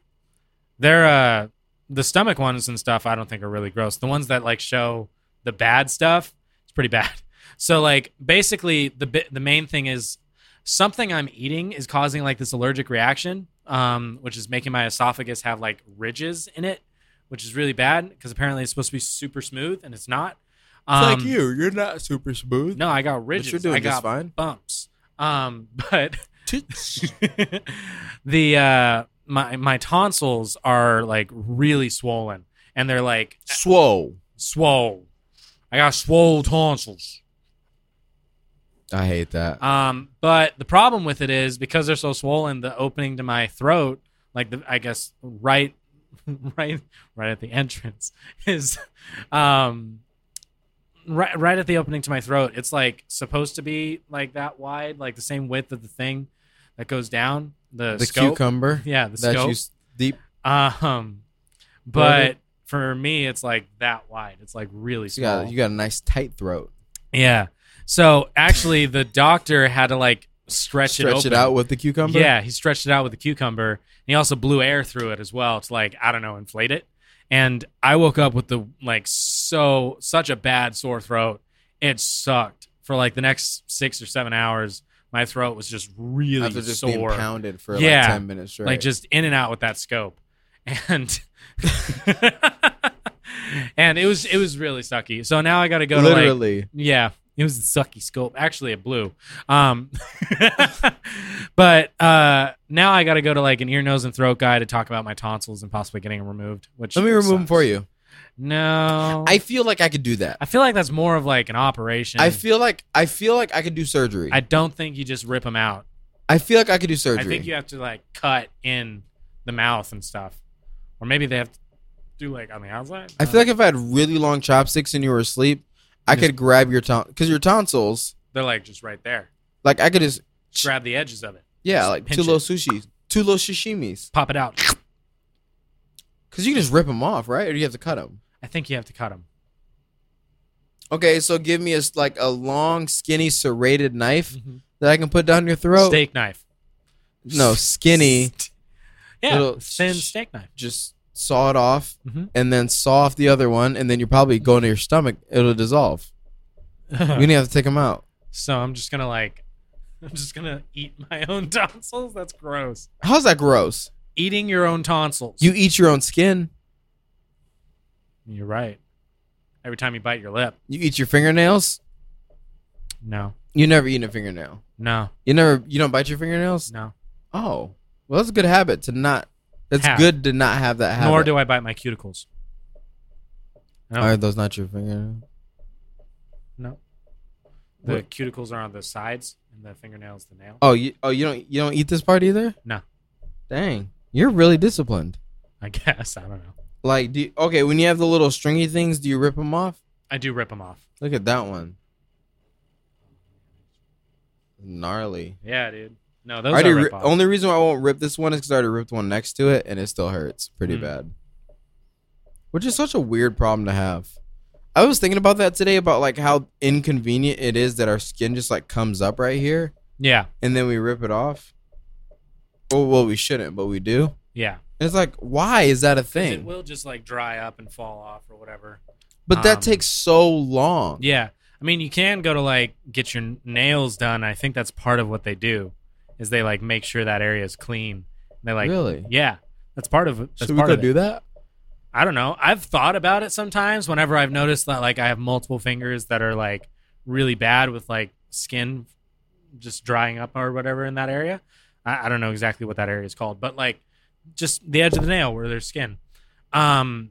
Speaker 2: They're uh the stomach ones and stuff I don't think are really gross. The ones that like show the bad stuff, it's pretty bad. So like basically the bi- the main thing is something I'm eating is causing like this allergic reaction um which is making my esophagus have like ridges in it, which is really bad because apparently it's supposed to be super smooth and it's not. Um,
Speaker 1: You're not super smooth.
Speaker 2: No, I got
Speaker 1: but
Speaker 2: ridges.
Speaker 1: you're doing
Speaker 2: I
Speaker 1: just
Speaker 2: got
Speaker 1: fine.
Speaker 2: bumps. Um but the uh my my tonsils are like really swollen and they're like
Speaker 1: Swole.
Speaker 2: swole. I got swole tonsils.
Speaker 1: I hate that.
Speaker 2: Um but the problem with it is because they're so swollen the opening to my throat like the I guess right right right at the entrance is um right right at the opening to my throat it's like supposed to be like that wide like the same width of the thing that goes down
Speaker 1: the
Speaker 2: the, Uh, scope
Speaker 1: cucumber
Speaker 2: yeah the
Speaker 1: that
Speaker 2: scope
Speaker 1: you s- deep.
Speaker 2: Um,
Speaker 1: Brother.
Speaker 2: but for me, it's like that wide. It's like really
Speaker 1: You
Speaker 2: small.
Speaker 1: got you got a nice tight throat.
Speaker 2: yeah. So actually, the doctor had to like stretch, it
Speaker 1: Stretch it
Speaker 2: open.
Speaker 1: out with the cucumber.
Speaker 2: Yeah, he stretched it out with the cucumber, and he also blew air through it as well to like I don't know, inflate it. And I woke up with the like so such a bad sore throat. It sucked for like the next six or seven hours. My throat was just really
Speaker 1: after just being
Speaker 2: sore.
Speaker 1: pounded for
Speaker 2: Yeah.
Speaker 1: like ten minutes straight.
Speaker 2: like just in and out with that scope and and it was it was really sucky so now i gotta go to like
Speaker 1: literally.
Speaker 2: yeah it was the sucky scope actually it blew um but uh now i gotta go to like an ear nose and throat guy to talk about my tonsils and possibly getting them removed which
Speaker 1: Let me remove them
Speaker 2: sucks.
Speaker 1: for you.
Speaker 2: no
Speaker 1: I feel like I could do that.
Speaker 2: I feel like that's more of like an operation
Speaker 1: I feel like I feel like I could do surgery.
Speaker 2: i don't think you just rip them out
Speaker 1: I feel like I could do surgery.
Speaker 2: I think you have to like cut in the mouth and stuff, or maybe they have to do like on the outside.
Speaker 1: I feel like if I had really long chopsticks and you were asleep, I
Speaker 2: Just-
Speaker 1: could grab your ton because your tonsils,
Speaker 2: they're like just right there.
Speaker 1: like I could just
Speaker 2: Grab the edges of it,
Speaker 1: yeah,
Speaker 2: Just
Speaker 1: like
Speaker 2: pinch
Speaker 1: two little
Speaker 2: it.
Speaker 1: sushis, two little sashimis,
Speaker 2: pop it out.
Speaker 1: because you can just rip them off, right? Or do you have to cut them?
Speaker 2: I think you have to cut him.
Speaker 1: Okay, so give me a s- like a long, skinny, serrated knife
Speaker 3: Mm-hmm.
Speaker 1: that I can put down your throat.
Speaker 2: Steak knife.
Speaker 1: No, skinny.
Speaker 2: Yeah,
Speaker 1: Little-
Speaker 2: thin steak knife.
Speaker 1: Just saw it off,
Speaker 2: Mhm.
Speaker 1: and then saw off the other one, and then you probably go into your stomach. It'll dissolve. You didn't have to take them out.
Speaker 2: so I'm just gonna like, I'm just gonna eat my own tonsils. That's gross.
Speaker 1: How's that gross?
Speaker 2: Eating your own tonsils.
Speaker 1: You eat your own skin.
Speaker 2: You're right. Every time you bite your lip.
Speaker 1: You eat your fingernails.
Speaker 2: No,
Speaker 1: You never eat a fingernail.
Speaker 2: no,
Speaker 1: You never. You don't bite your fingernails.
Speaker 2: no.
Speaker 1: Oh, well, that's a good habit to not. That's
Speaker 2: Have.
Speaker 1: good to not have that habit.
Speaker 2: Nor do I bite my cuticles. No,
Speaker 1: Are those not your fingernails?
Speaker 2: no. The
Speaker 1: What?
Speaker 2: cuticles are on the sides, and the fingernails the nail.
Speaker 1: Oh, you. Oh, you don't. You don't eat this part either.
Speaker 2: No.
Speaker 1: Dang, you're really disciplined.
Speaker 2: I guess I don't know.
Speaker 1: Like, do you, okay, when you have the little stringy things, do you rip them off?
Speaker 2: I do rip them off.
Speaker 1: Look at that one. Gnarly.
Speaker 2: Yeah, dude. No, those
Speaker 1: I already
Speaker 2: are
Speaker 1: ri-
Speaker 2: rip off.
Speaker 1: only reason why I won't rip this one is because I already ripped one next to it, and it still hurts pretty
Speaker 2: Mm.
Speaker 1: bad. Which is such a weird problem to have. I was thinking about that today about like how inconvenient it is that our skin just like comes up right here,
Speaker 2: yeah,
Speaker 1: and then we rip it off. Well, well, we shouldn't, but we do.
Speaker 2: yeah.
Speaker 1: And it's like, why is that a
Speaker 2: 'Cause
Speaker 1: thing?
Speaker 2: It will just like dry up and fall off or whatever.
Speaker 1: But that
Speaker 2: Um,
Speaker 1: takes so long.
Speaker 2: Yeah. I mean, you can go to like get your n- nails done. I think that's part of what they do is they like make sure that area is clean. They like
Speaker 1: really?
Speaker 2: Yeah. That's part of it. That's
Speaker 1: Should we
Speaker 2: part
Speaker 1: go
Speaker 2: of it.
Speaker 1: do that?
Speaker 2: I don't know. I've thought about it sometimes whenever I've noticed that like I have multiple fingers that are like really bad with like skin just drying up or whatever in that area. I, I don't know exactly what that area is called, but like just the edge of the nail where there's skin. Um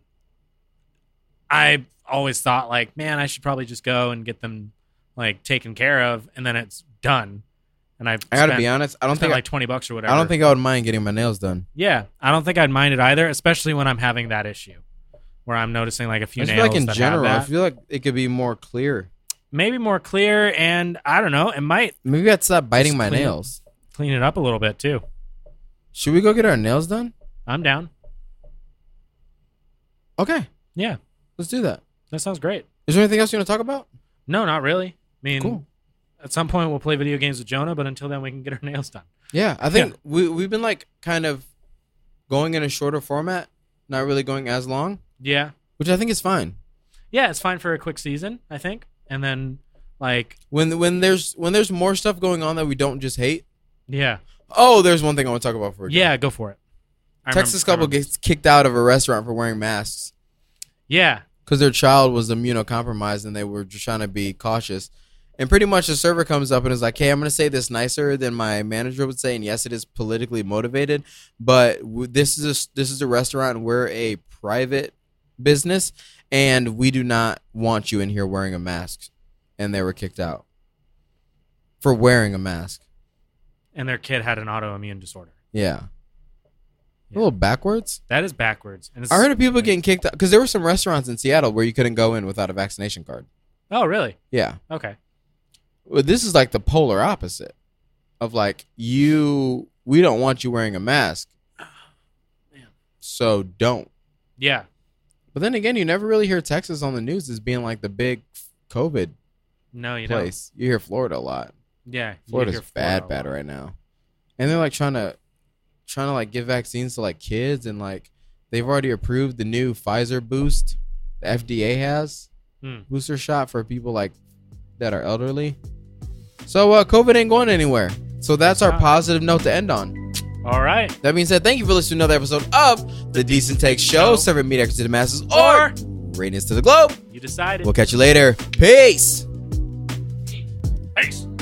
Speaker 2: I always thought like, man, I should probably just go and get them like taken care of and then it's done. And I've
Speaker 1: I gotta
Speaker 2: spent-
Speaker 1: be honest. I don't
Speaker 2: spent
Speaker 1: think
Speaker 2: like twenty bucks or whatever.
Speaker 1: I don't think I would mind getting my nails done.
Speaker 2: Yeah, I don't think I'd mind it either, especially when I'm having that issue where I'm noticing like a few
Speaker 1: I just
Speaker 2: nails
Speaker 1: feel like in
Speaker 2: that
Speaker 1: general, I
Speaker 2: have that.
Speaker 1: feel like it could be more clear.
Speaker 2: Maybe more clear, and I don't know, it might
Speaker 1: Maybe I'd stop biting
Speaker 2: Just
Speaker 1: my
Speaker 2: clean it.
Speaker 1: nails.
Speaker 2: clean it up a little bit too.
Speaker 1: Should we go get our nails done?
Speaker 2: I'm down.
Speaker 1: Okay,
Speaker 2: Yeah,
Speaker 1: let's do that.
Speaker 2: that sounds great.
Speaker 1: Is there anything else you want to talk about?
Speaker 2: No, not really. I mean,
Speaker 1: Cool.
Speaker 2: at some point we'll play video games with Jonah, but until then we can get our nails done.
Speaker 1: Yeah, I think we we've been like kind of going in a shorter format, not really going as long,
Speaker 2: Yeah,
Speaker 1: which I think is fine.
Speaker 2: yeah, it's fine for a quick season, I think, and then like
Speaker 1: When when there's when there's more stuff going on that we don't just hate.
Speaker 2: yeah,
Speaker 1: Oh, there's one thing I want to talk about for you.
Speaker 2: yeah, go for it. I remember-
Speaker 1: Texas
Speaker 2: I remember
Speaker 1: couple
Speaker 2: this.
Speaker 1: gets kicked out of a restaurant for wearing masks.
Speaker 2: Yeah,
Speaker 1: because their child was immunocompromised and they were just trying to be cautious. And pretty much the server comes up and is like, "Hey, I'm gonna say this nicer than my manager would say, and yes, it is politically motivated, but w- this is a, s- this is a restaurant and we're a private business, and we do not want you in here wearing a mask." And they were kicked out for wearing a mask.
Speaker 2: and their kid had an autoimmune disorder.
Speaker 1: Yeah,
Speaker 2: Yeah.
Speaker 1: a little backwards.
Speaker 2: That is backwards. And it's,
Speaker 1: I heard of people getting kicked out because there were some restaurants in Seattle where you couldn't go in without a vaccination card.
Speaker 2: Oh, really?
Speaker 1: Yeah.
Speaker 2: Okay.
Speaker 1: Well, this is like the polar opposite of like you. We don't want you wearing a mask,
Speaker 2: Man.
Speaker 1: so don't.
Speaker 2: Yeah.
Speaker 1: But then again, you never really hear Texas on the news as being like the big COVID
Speaker 2: No, you don't.
Speaker 1: place. You hear Florida a lot.
Speaker 2: Yeah, you
Speaker 1: Florida's
Speaker 2: hear Florida
Speaker 1: bad,
Speaker 2: a
Speaker 1: bad
Speaker 2: lot.
Speaker 1: right now, and they're like trying to, trying to like give vaccines to like kids, and like they've already approved the new Pfizer boost. The FDA has
Speaker 2: Hmm.
Speaker 1: booster shot for people like that are elderly. So uh, COVID ain't going anywhere. So that's our
Speaker 2: not.
Speaker 1: positive note to end on.
Speaker 2: All right,
Speaker 1: That being said, thank you for listening to another episode of The Decent Take Show,
Speaker 2: Show.
Speaker 1: serving mediocrity to the masses or
Speaker 2: Or-
Speaker 1: greatness to the globe.
Speaker 2: you decided.
Speaker 1: We'll catch you later. Peace.
Speaker 2: Peace.